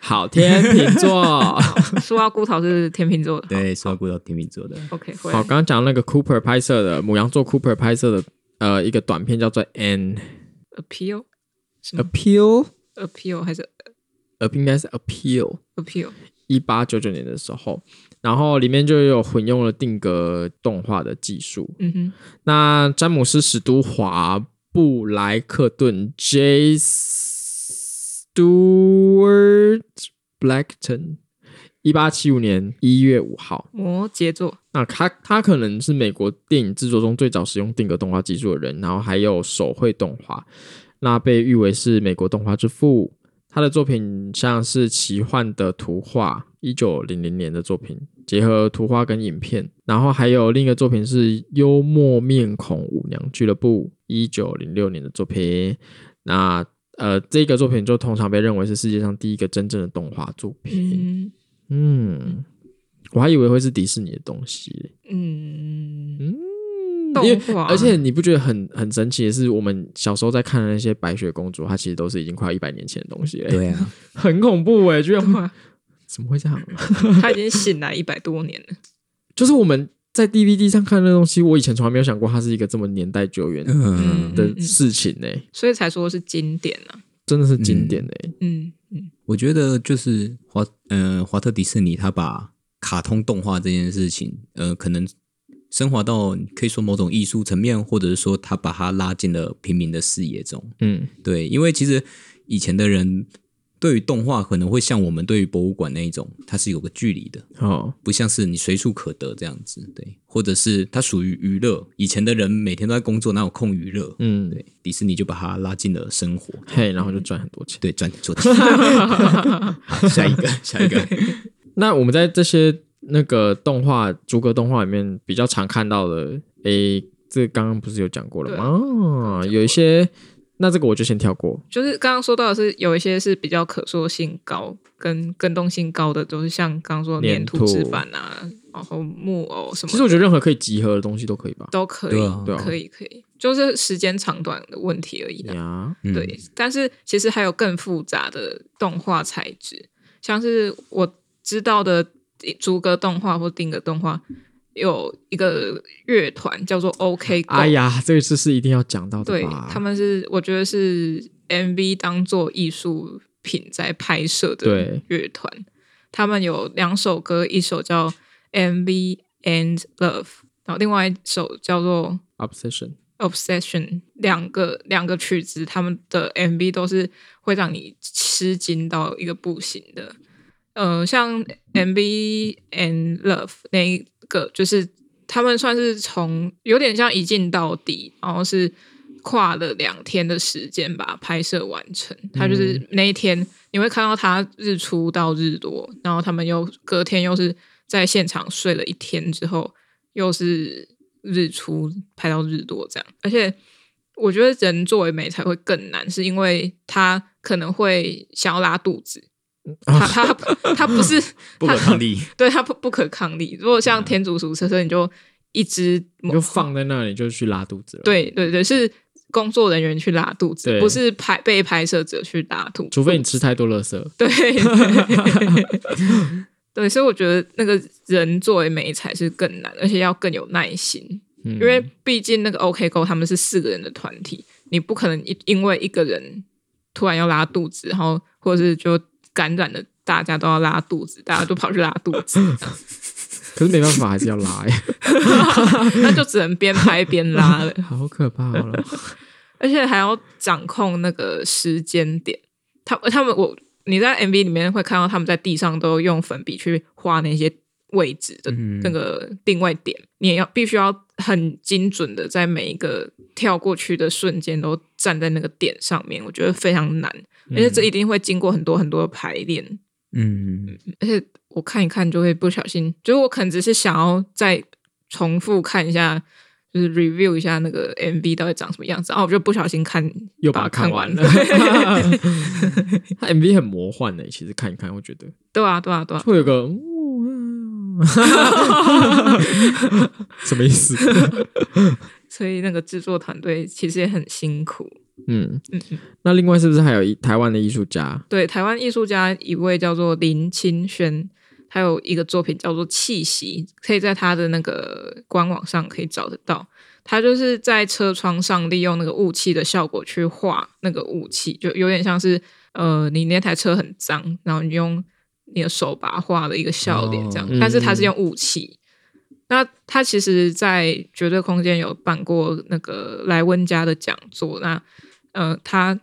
S2: 好，天秤座。
S1: 苏阿姑桃是天秤座的。
S3: 对，说过到天秤座的，
S1: OK，回
S2: 好，
S1: 来
S2: 刚。刚讲那个 Cooper 拍摄的母羊座 Cooper 拍摄的呃一个短片叫做《An
S1: Appeal，什么
S2: Appeal》，
S1: Appeal 还是
S2: 呃应该是 Appeal。
S1: Appeal？
S2: 一八九九年的时候，然后里面就有混用了定格动画的技术。
S1: 嗯哼，
S2: 那詹姆斯·史都华、布莱克顿 （J. Stewart Blackton），一八七五年一月五号。
S1: 摩羯座。
S2: 那他他可能是美国电影制作中最早使用定格动画技术的人，然后还有手绘动画，那被誉为是美国动画之父。他的作品像是奇幻的图画，一九零零年的作品，结合图画跟影片，然后还有另一个作品是幽默面孔舞娘俱乐部，一九零六年的作品。那呃，这个作品就通常被认为是世界上第一个真正的动画作品。
S1: 嗯
S2: 嗯，我还以为会是迪士尼的东西嘞。
S1: 嗯，
S2: 嗯，
S1: 动
S2: 因为
S1: 画
S2: 而且你不觉得很很神奇的是，我们小时候在看的那些白雪公主，它其实都是已经快要一百年前的东西了，，
S3: 对啊，
S2: (laughs) 很恐怖哎、居然会
S1: 哇，
S2: (laughs) 怎么会这
S1: (laughs)
S2: 样？啊
S1: 他已经醒来一百多年了。
S2: (laughs) 就是我们在 DVD 上看的东西，我以前从来没有想过它是一个这么年代久远
S3: 嗯，
S2: 的事情呢、
S1: 所以才说是经典啊。
S2: 真的是经典哎、
S1: 嗯嗯，
S3: 我觉得就是华，嗯，华特迪士尼他把卡通动画这件事情，呃，可能升华到可以说某种艺术层面，或者是说他把它拉进了平民的视野中。
S2: 嗯
S3: 对，因为其实以前的人对于动画可能会像我们对于博物馆那一种，它是有个距离的，
S2: 好，
S3: 不像是你随处可得这样子。对，或者是它属于娱乐，以前的人每天都在工作，哪有空娱乐？
S2: 嗯，
S3: 对，迪士尼就把它拉进了生活，
S2: 嘿，然后就赚很多钱。
S3: 对，赚做钱。好，下一个，下一个，
S2: 那我们在这些那个动画逐格动画里面比较常看到的，诶、这刚刚不是有讲过了
S1: 对
S2: 吗？啊，有一些，那这个我就先跳过。
S1: 就是刚刚说到的是有一些是比较可塑性高跟跟动性高的，都是像刚刚说的
S2: 粘
S1: 粘
S2: 土
S1: 土制版啊，然后木偶什么的。
S2: 其实我觉得任何可以集合的东西都可以吧。
S1: 都可以，
S3: 对啊
S2: 对啊
S1: 可以，可以，就是时间长短的问题而已啦。
S2: 呀，
S3: 嗯
S1: 对，但是其实还有更复杂的动画材质，像是我知道的逐格动画或定格动画，有一个乐团叫做 OK Go，
S2: 哎呀，这个次是一定要讲到的
S1: 对
S2: 吧？
S1: 他们是我觉得是 MV 当做艺术品在拍摄的
S2: 对
S1: 乐团，他们有两首歌，一首叫 MV and Love，然后另外一首叫做
S2: obsession，
S1: Obsession 两个两个曲子，他们的 MV 都是会让你吃惊到一个不行的。呃，像 MV and Love 那一个，就是他们算是从有点像一镜到底，然后是跨了两天的时间把拍摄完成。他就是那一天你会看到他日出到日落，然后他们又隔天又是在现场睡了一天之后，又是日出拍到日落这样。而且我觉得人作为美才会更难，是因为他可能会想要拉肚子。他他他不是
S3: 不可抗力。
S1: 对它不不可抗力。如果像天竺鼠车车，你就一只
S2: 你就放在那里就去拉肚子了。，
S1: 对对对，是工作人员去拉肚子，
S2: 对
S1: 不是拍被拍摄者去拉肚子。
S2: 除非你吃太多垃圾。
S1: 对对对，所以我觉得那个人作为美才是更难，而且要更有耐心，
S2: 嗯、
S1: 因为毕竟那个 OK Go 他们是四个人的团体，你不可能一因为一个人突然要拉肚子，然后或者是就感染了大家都要拉肚子，大家都跑去拉肚子。
S2: 可是没办法，还是
S1: (laughs)
S2: 要拉、 (laughs) 欸，
S1: 那就只能边拍边拉了，
S2: 好可怕哦！
S1: 而且还要掌控那个时间点。他他们我你在 MV 里面会看到他们在地上都用粉笔去画那些位置的
S2: 嗯
S1: 那个定位点，你也要必须要很精准的在每一个跳过去的瞬间都站在那个点上面，我觉得非常难，而且这一定会经过很多很多的排练。
S3: 嗯，
S1: 而且我看一看就会不小心，就是我可能只是想要再重复看一下，就是 review 一下那个 MV 到底长什么样子，然啊后我就不小心看
S2: 又
S1: 把
S2: 把它
S1: 它
S2: 看
S1: 完
S2: 完了 (laughs) 他 MV 很魔幻呢、其实看一看，我觉得
S1: 对啊，对啊，对啊，
S2: 会有个。嗯啊什么意 (laughs) 思？
S3: 哦
S1: 所以那个制作团队其实也很辛苦。
S2: 嗯
S1: 嗯，嗯
S2: 那另外是不是还有一台湾的艺术家？
S1: 对，台湾艺术家一位叫做林清轩，他有一个作品叫做《气息》，可以在他的那个官网上可以找得到。他就是在车窗上利用那个雾气的效果去画那个雾气，就有点像是呃，你那台车很脏，然后你用你的手把它画了一个笑脸这样，
S2: 哦嗯
S1: 但是它是用雾气。那他其实，在绝对空间有办过那个莱温家的讲座，那呃，他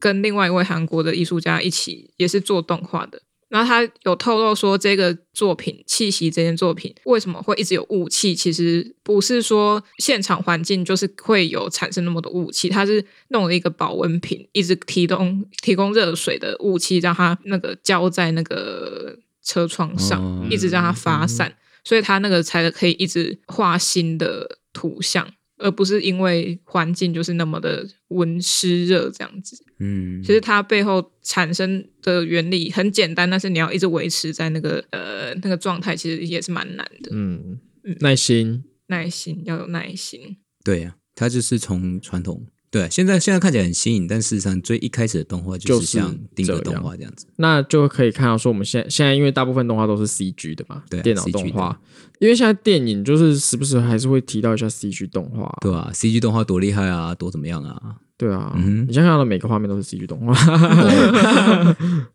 S1: 跟另外一位韩国的艺术家一起，也是做动画的。然后他有透露说，这个作品气息这件作品为什么会一直有雾气？其实不是说现场环境就是会有产生那么多雾气，它是弄了一个保温瓶，一直提供提供热水的雾气，让它那个浇在那个车窗上，
S3: 哦
S1: 一直让它发
S2: 嗯
S1: 散，所以它那个才可以一直画新的图像，而不是因为环境就是那么的温湿热这样子。
S3: 嗯，
S1: 其实它背后产生的原理很简单，但是你要一直维持在那个呃那个状态，其实也是蛮难的。
S2: 嗯
S1: 嗯，
S2: 耐心。
S1: 耐心要有耐心，
S2: (laughs)
S3: 对呀、它就是从传统。对、啊现在现在看起来很新颖，但事实上最一开始的动画
S2: 就是
S3: 像定格动画这样子。
S2: 那就可以看到说，我们现在现在因为大部分动画都是 CG 的嘛，
S3: 对啊
S2: 电脑
S3: CG
S2: 动画，因为现在电影就是时不时还是会提到一下 CG 动画，
S3: 对啊，CG 动画多厉害啊，多怎么样啊？
S2: 对啊，
S3: 嗯哼
S2: 你想想到每个画面都是 CG 动
S3: (laughs)
S2: 画，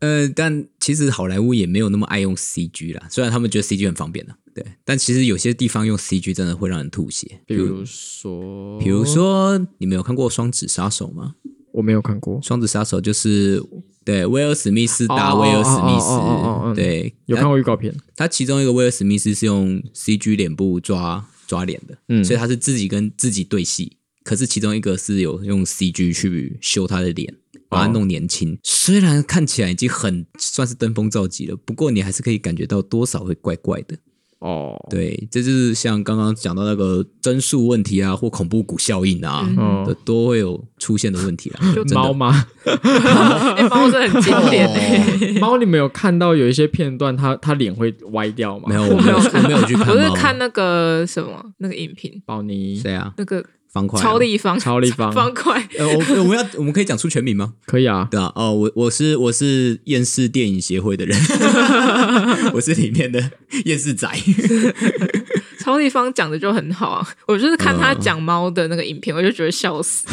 S3: 呃，但其实好莱坞也没有那么爱用 CG 啦，虽然他们觉得 CG 很方便的、啊对，但其实有些地方用 CG 真的会让人吐血。
S2: 比如说，
S3: 比如说，你们有看过《双子杀手》吗？
S2: 我没有看过
S3: 《双子杀手》就是对威尔史密斯打
S2: 哦
S3: 威尔史密
S2: 哦哦哦哦哦
S3: 斯，
S2: 嗯
S3: 对，
S2: 有看过预告片，
S3: 他其中一个威尔史密斯是用 CG 脸部抓抓脸的，
S2: 嗯
S3: 所以他是自己跟自己对戏。可是其中一个是有用 CG 去修他的脸，把他弄年轻。虽然看起来已经很算是登峰造极了，不过你还是可以感觉到多少会怪怪的。
S2: 哦，
S3: 对，这就是像刚刚讲到那个帧数问题啊，或恐怖谷效应啊，
S2: 嗯
S3: 的都会有出现的问题
S1: (laughs)
S3: 啊。真的
S2: 猫吗？
S1: 哎猫是很经典欸的、
S2: 猫，你们有看到有一些片段，它它脸会歪掉吗？
S3: (laughs) 没有，哦我没
S1: 没
S3: 有，
S1: 有
S3: 我
S1: 看，
S3: 没有去看
S1: (laughs)
S3: 猫。
S1: 我是看那个什么那个影评，
S2: 宝妮、
S3: 谁啊？
S1: 那个
S3: 方块啊
S1: 超立方，
S2: 超立
S1: (laughs)
S2: 方
S1: 方块，
S3: 呃，我我们要我们可以讲出全名吗？
S2: 可以啊，
S3: 对啊，哦，我我是我是厌世电影协会的人， (laughs) 我是里面的厌世
S2: (laughs)
S3: 仔。
S1: 超立方讲的就很好啊。 (laughs) 我就是看他
S3: 嗯
S1: 讲猫的那个影片，我就觉得笑死，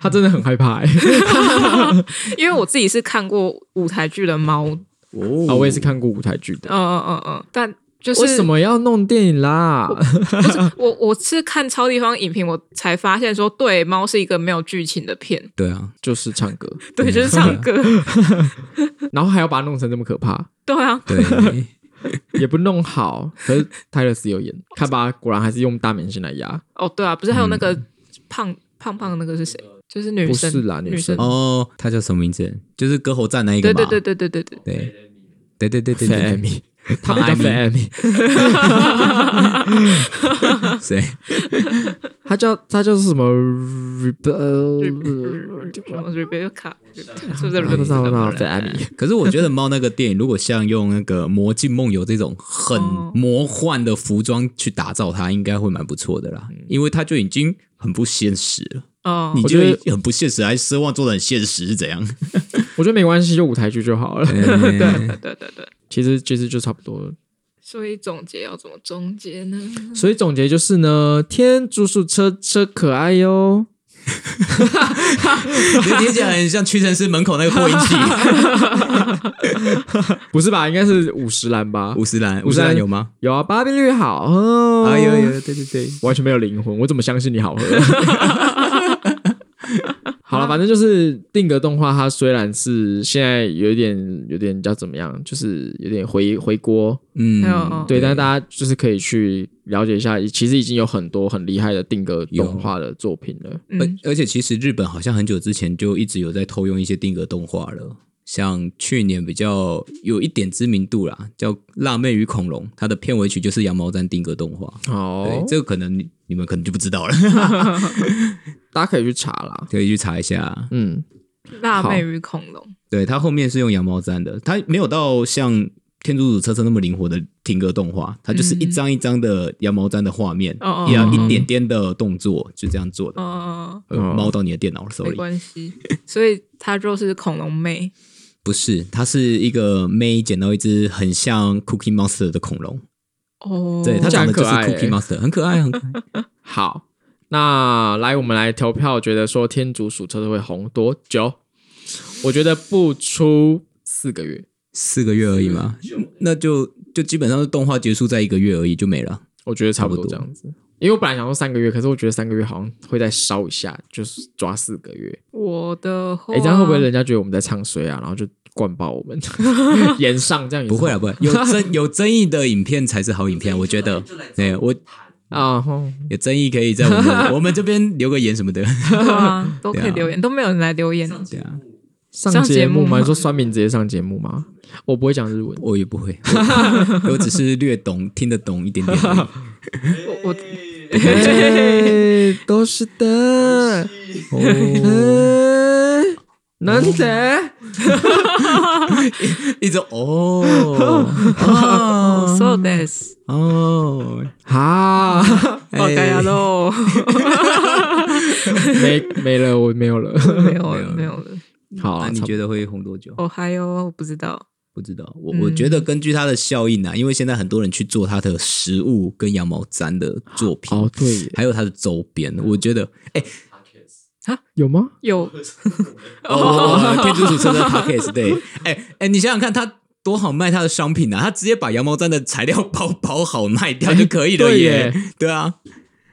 S2: 它真的很害怕、欸。
S3: (laughs)
S2: 嗯
S1: (laughs) 因为我自己是看过舞台剧的猫，嗯
S3: 哦
S2: 啊，我也是看过舞台剧的。
S1: 嗯嗯嗯，但就是
S2: 为什么要弄电
S1: (laughs)
S2: 影啦？
S1: 我我是看超立方影评，我才发现说，对，猫是一个没有剧情的片，
S3: 对啊，
S2: 就是唱
S3: (laughs)
S2: 歌，
S1: 对，就是
S2: (laughs)
S1: 唱歌，
S2: 然后还要把它弄成这么可怕，
S1: 对啊，
S3: 对，
S2: 也不弄好。可是泰勒斯有演，看吧，果然还是用大明星来压。嗯
S1: 哦，对啊，不是还有那个胖、胖胖那个是谁？就是女
S2: 不
S1: 生
S2: 是啦，
S1: 女
S2: 女生
S3: 哦，他叫什么名字？就是歌喉战那一个
S1: 对
S3: 嘛。
S1: 对对对对对对，
S3: 对对对对对
S2: 菲艾
S3: 对
S2: 米，他们叫菲艾米，
S3: 对，谁？
S2: 他叫他叫什么？呃，
S1: 什么
S2: (laughs)
S1: Rebecca 是不是
S2: 不知道不知道
S1: Rebecca？
S2: 菲艾米。
S3: 可是我觉得猫那个电影，如果像用那个《魔镜梦游》这种很
S1: 哦
S3: 魔幻的服装去打造它，应该会蛮不错的啦，因为它就已经很不现实了。
S1: 哦
S3: 你
S2: 嗯我
S3: 就
S2: 觉得
S3: 会很不现实，还奢望做的很现实是怎样？ (laughs)
S2: (laughs) 我觉得没关系，就舞台剧就好了。
S1: 对对对对对，
S2: 其实其实就差不多了。
S1: 所以总结要怎么总结呢？
S2: (laughs) 所以总结就是呢，天竺鼠车车可爱哟。
S3: 你听起来很像屈臣氏门口那个扩音
S1: (laughs)
S3: 器。
S2: 不是吧？应该是五十岚吧？
S3: 五十岚，五
S2: 五
S3: 十
S2: 十
S3: 岚
S2: 岚
S3: 有吗？
S2: 有啊，芭比绿好喝。
S3: 啊，有有，对对对，
S2: 完全没有灵魂，我怎么相信你
S3: (laughs)
S2: 好喝？好了，反正就是定格动画，它虽然是现在有一点有点叫怎么样，就是有点回回锅，
S1: 还有哦
S3: 嗯，
S2: 对，但是大家就是可以去了解一下，其实已经有很多很厉害的定格动画的作品了。
S1: 嗯，
S3: 而而且其实日本好像很久之前就一直有在偷用一些定格动画了，像去年比较有一点知名度啦，叫《辣妹与恐龙》，它的片尾曲就是羊毛毡定格动画。对
S2: 哦，，
S3: 这个可能你你们可能就不知道了， (laughs)
S2: 大家可以去查啦。
S3: 可以去查一下。
S2: 嗯，
S1: 辣
S2: 好
S1: 妹与恐龙，
S3: 对，它后面是用羊毛毡的，它没有到像。天竺鼠车车那么灵活的停格动画，它就是一张一张的羊毛毡的画面，
S1: 嗯哦哦
S3: 一样
S1: 哦
S3: 一点点的动作，就这样做的。
S1: 哦，
S3: 呃
S2: 哦
S3: 猫、到你的电脑手
S1: 没
S3: 里，
S1: 关系，所以她就是恐龙妹，
S3: 不是，它是一个妹捡到一只很像 Cookie Monster 的恐龙，
S1: 哦，
S3: 对，它长得就是
S2: 这样很可爱欸
S3: Cookie Monster，很
S1: (laughs)
S3: 可爱，很可爱。
S2: 好，那来我们来投票，觉得说天竺鼠车车会红多久？我觉得不出四个月，
S3: 四个月而已嘛，那就就基本上是动画结束在一个月而已就没了。
S2: 我觉得差不
S3: 差
S2: 多
S3: 不多
S2: 这样子。因为我本来想说三个月，可是我觉得三个月好像会再烧一下，就是抓四个月。
S1: 我的话，
S2: 哎、这样会不
S1: (laughs)
S2: 会人家觉得我们在唱衰啊？然后就灌爆 (laughs) 我们，演上这样也是
S3: 不会啊，不会，
S1: (laughs)
S3: 有争有争议的影片才是好影片，我觉得。对我
S2: 啊，哼
S3: 有争议可以在
S1: (laughs)
S3: 我们我们这边留个言什么的。
S1: 对
S2: (laughs)
S1: 啊，都可
S3: 对
S1: 以
S3: 啊
S1: 留言，都没有人来留言，
S4: 对啊，
S2: 上
S1: 上节
S2: 节目
S1: 目
S2: 吗？
S1: 吗
S2: 你说酸民直接上节目吗？我不会讲日文，
S3: 我也不会，我我只是略懂，听得懂一点点而已。
S1: 我我 (laughs)
S2: 哎都是
S1: 嗯
S2: 的。嗯哦，难得，
S3: 一直
S1: (laughs)
S3: 哦哦
S1: ，so
S2: (laughs)
S1: this，
S3: 哦，
S2: 好，
S1: 我该
S2: 哎
S1: 呀
S2: (laughs)
S1: 喽，
S2: 没没了，我没有了。
S3: (laughs)
S1: 没有了，没有了，
S2: 好
S3: 那
S2: 啊，
S3: 你
S2: 差不多
S3: 觉得会红多久？
S1: 哦嗨哟，我不知道，
S3: 不知道，我我觉
S1: 嗯
S3: 得根据它的效应啊，因为现在很多人去做它的实物跟羊毛毡的作品，
S2: 哦，嗯对耶，
S3: 还有它的周边，我觉
S1: (laughs)
S3: 得，哎、
S2: 有吗？ (laughs)
S1: 有
S3: 哦，天竺鼠车的 p o c k e t 对，哎、哎、你想想看，它多好卖它的商品啊！它直接把羊毛毡的材料 (laughs) 包包好卖掉就可以了
S2: 哎对
S3: 耶，
S2: 耶
S3: 对啊，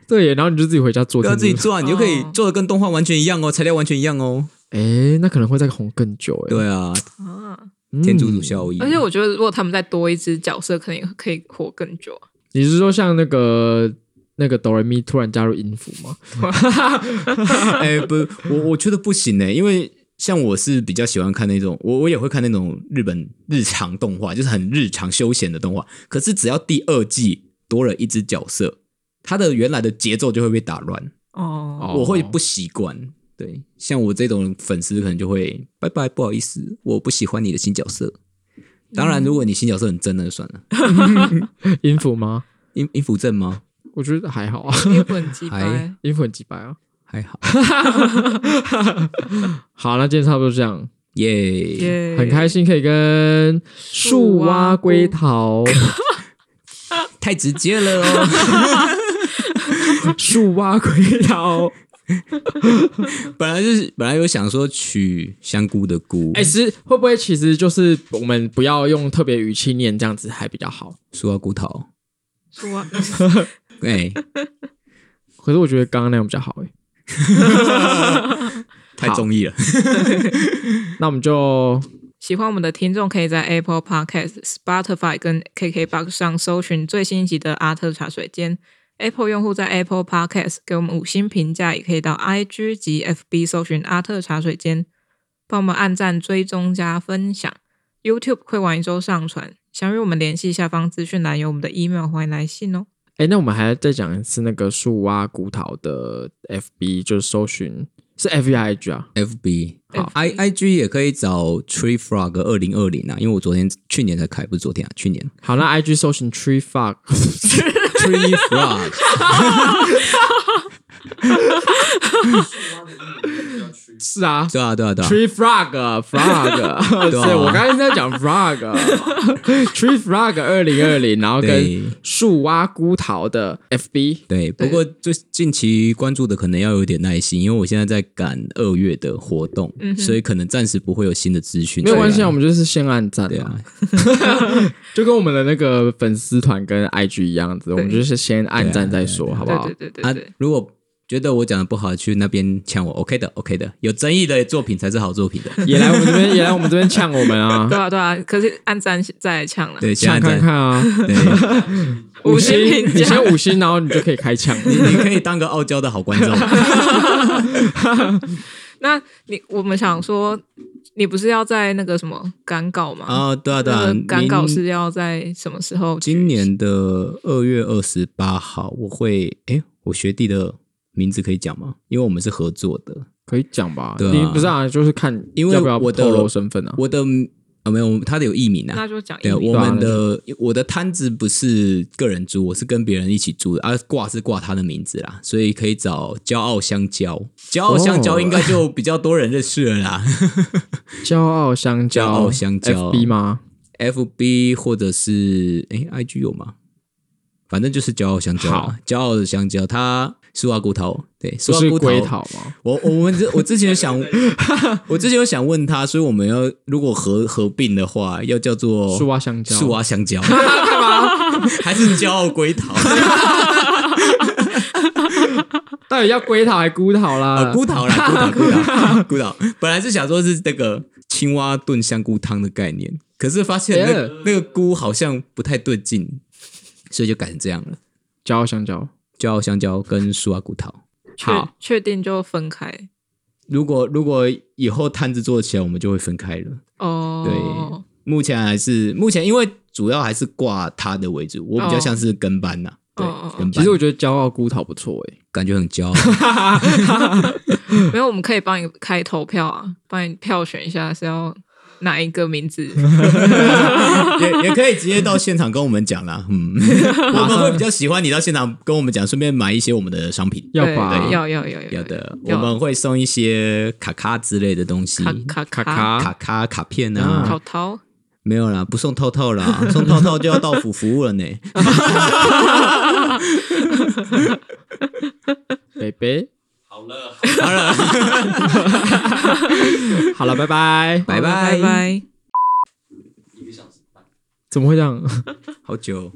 S2: 对耶，然后你就自己回家做
S3: 对啊，
S2: 天
S3: 自
S2: 竺
S3: 己
S2: 鼠，
S3: 做啊，你就可以
S1: 哦
S3: 做的跟动画完全一样哦，材料完全一样哦，
S2: 哎，那可能会再红更久哎。
S3: 对啊，
S1: 啊，
S2: 嗯
S3: 天竺鼠效益，
S1: 而且我觉得如果他们再多一只角色，可能也可以活更久啊，
S2: 你是说像那个那个哆瑞咪突然加入音符
S3: (laughs)
S2: 吗？
S3: 哎、不，我我觉得不行呢、欸因为像我是比较喜欢看那种，我我也会看那种日本日常动画，就是很日常休闲的动画。可是只要第二季多了一只角色，它的原来的节奏就会被打乱，
S1: 哦，
S2: 哦
S3: 我会不习惯。对，像我这种粉丝可能就会拜拜，不好意思，我不喜欢你的新角色。当然，如果你新角色很正，那就算了。
S2: 音符吗？
S3: 音音符正吗？
S2: 我觉得还好啊， (laughs)
S1: 因为不能击败
S3: 还。
S2: 音符很几百啊。
S3: 还好，
S2: 好，那今天差不多这样，
S3: 耶！
S1: 耶
S2: 很开心可以跟树蛙龟
S3: (laughs)
S2: 桃、
S3: 太直接了哦。
S2: 树蛙龟
S3: (laughs)
S2: 桃，
S3: 本来就是本来有想说取香菇的菇，
S2: 哎、其实会不会其实就是我们不要用特别语气念，这样子还比较好。
S3: 说到骨头，
S1: 说啊，
S2: (laughs)
S3: 哎、
S2: 可是我觉得刚刚那样比较好哎、
S3: 太中意了，
S2: 那我们就
S1: 喜欢我们的听众可以在 Apple Podcast、Spotify 跟 KKBox 上搜寻最新一集的《阿特茶水间》， Apple 用户在 Apple Podcast 给我们五星评价，也可以到 IG 及 FB 搜寻阿特茶水间，帮我们按赞、追踪、加分享。YouTube 会晚一周上传，想与我们联系，下方资讯栏有我们的 email，欢迎来信哦。
S2: 哎、那我们还要再讲一次那个树蛙古桃的 FB，就是搜寻是 FB 还是 IG 啊？
S3: FB
S1: 好
S3: I I G 也可以找 Tree Frog 二零二零啊，因为我昨天去年才开，不是昨天啊，去年
S2: 好，那 IG 搜寻 Tree Fuck，
S3: Tree Frog
S2: (laughs) 是啊
S3: (laughs) 对啊对啊对啊，
S2: ，Tree
S3: (laughs)
S2: Frog Frog，
S3: 对啊
S2: 对，我刚才在讲 (laughs) Frog，Tree Frog 二零二零，然后
S3: 对
S2: 跟树蛙孤桃的 FB，
S3: 对，不过最近期关注的可能要有点耐心，因为我现在在赶二月的活动，
S1: 嗯哼
S3: 所以可能暂时不会有新的资讯。
S2: 没有关系
S3: 对
S2: 啊，我们就是先按赞
S3: 对
S2: 啊
S3: 啊，
S2: 就跟我们的那个粉丝团跟 IG 一样子，我们就是先按赞再说，好不
S1: 对
S2: 好
S1: 对？对对
S3: 啊
S1: 对，，
S3: 如果觉得我讲的不好，去那边呛我，OK 的，OK 的，有争议的作品才是好作品的。 (laughs)
S2: 也来我们这边，也来我们这边呛我们啊
S1: 对，啊对啊，可是按赞再来抢了。
S2: (laughs)
S3: 对，先
S2: 呛
S3: 按
S2: 看
S3: 赞，
S2: 看啊，
S3: 对，
S1: 五星评价
S2: 你先五星，然后你就可以
S1: (laughs)
S2: 开枪。
S3: 你你可以当个傲娇的好观众。
S1: 那你我们想说，你不是要在那个什么赶稿吗？
S3: 啊，对啊，对
S1: 那
S3: 啊
S1: 个，赶稿
S3: 明
S1: 是要在什么时候举行？
S3: 今年的二月二十八号，我会，诶，我学弟的名字可以讲吗？因为我们是合作的，
S2: 可以讲吧？
S3: 对啊
S2: 你不是啊，就是看
S3: 因为
S2: 要不要
S3: 我的
S2: 透露身份啊。
S3: 我的啊没有，他的有艺名啊
S1: 那。就讲一
S3: 对，
S1: 名
S3: 我
S2: 对啊
S3: 们的我的摊子不是个人租，我是跟别人一起租的，啊，挂是挂他的名字啦，所以可以找骄傲香蕉，骄傲香蕉
S2: 哦
S3: 应该就比较多人认识了啦
S2: 骄傲香蕉，
S3: 骄傲香蕉
S2: FB 吗？
S3: ，FB 或者是诶 i g 有吗？反正就是骄傲香蕉
S2: 好
S3: 啦，骄傲的香蕉，它苏瓦骨头，对，啊苏
S2: 不
S3: 瓦
S2: 是
S3: 骨
S2: 龟
S3: 头，
S2: 桃吗？
S3: 我我们之我之前
S2: (laughs)
S3: 有想，我之前有想问他，所以我们要如果合合并的话，要叫做
S2: 树蛙啊香蕉
S3: 啊树蛙
S2: (laughs)
S3: 香蕉，还是骄傲龟桃？
S2: 啊到底要龟桃还孤桃
S3: 啊，
S2: 啦？
S3: 孤桃啦，孤桃，孤桃，孤桃。本来是想说是那个青蛙炖香菇汤的概念，可是发现那个
S2: Yeah
S3: 那个菇好像不太对劲，所以就改成这样了，
S2: 骄傲香蕉，
S3: 骄傲香蕉跟树蛙骨桃。
S1: 确
S2: 好
S1: 确定就分开
S3: 如果如果以后摊子做起来，我们就会分开了。
S1: 哦。
S3: 目前还是目前，因为主要还是挂他的为主，我比较像是跟班呐、
S1: 哦哦哦
S3: 对，跟班。
S2: 其实我觉得骄傲孤桃不错欸诶。
S3: 感觉很骄傲，
S1: 没有，我们可以帮你开投票啊，帮你票选一下是要哪一个名
S3: (laughs)
S1: 字。
S3: 也也可以直接到现场跟我们讲啦。嗯，我们会比较喜欢你到现场跟我们讲，顺便买一些我们的商品。
S2: 要
S1: 对
S2: 吧
S1: 对要要要要
S3: 有的，我
S1: 要
S3: 们会送一些卡卡之类的东西，
S1: 卡
S2: 卡
S1: 卡
S2: 卡
S3: 卡卡卡片
S2: 嗯
S3: 啊
S1: 淘，淘，
S3: 没有啦，不送套套啦，送套套就要到府服务了呢。
S2: 贝贝，
S4: (laughs) 好了，
S3: 好了，
S2: 好了，拜拜，
S3: 拜
S1: 拜
S3: 拜
S1: 拜。
S4: 一个小时半。
S2: 怎么会这样？
S3: 好久。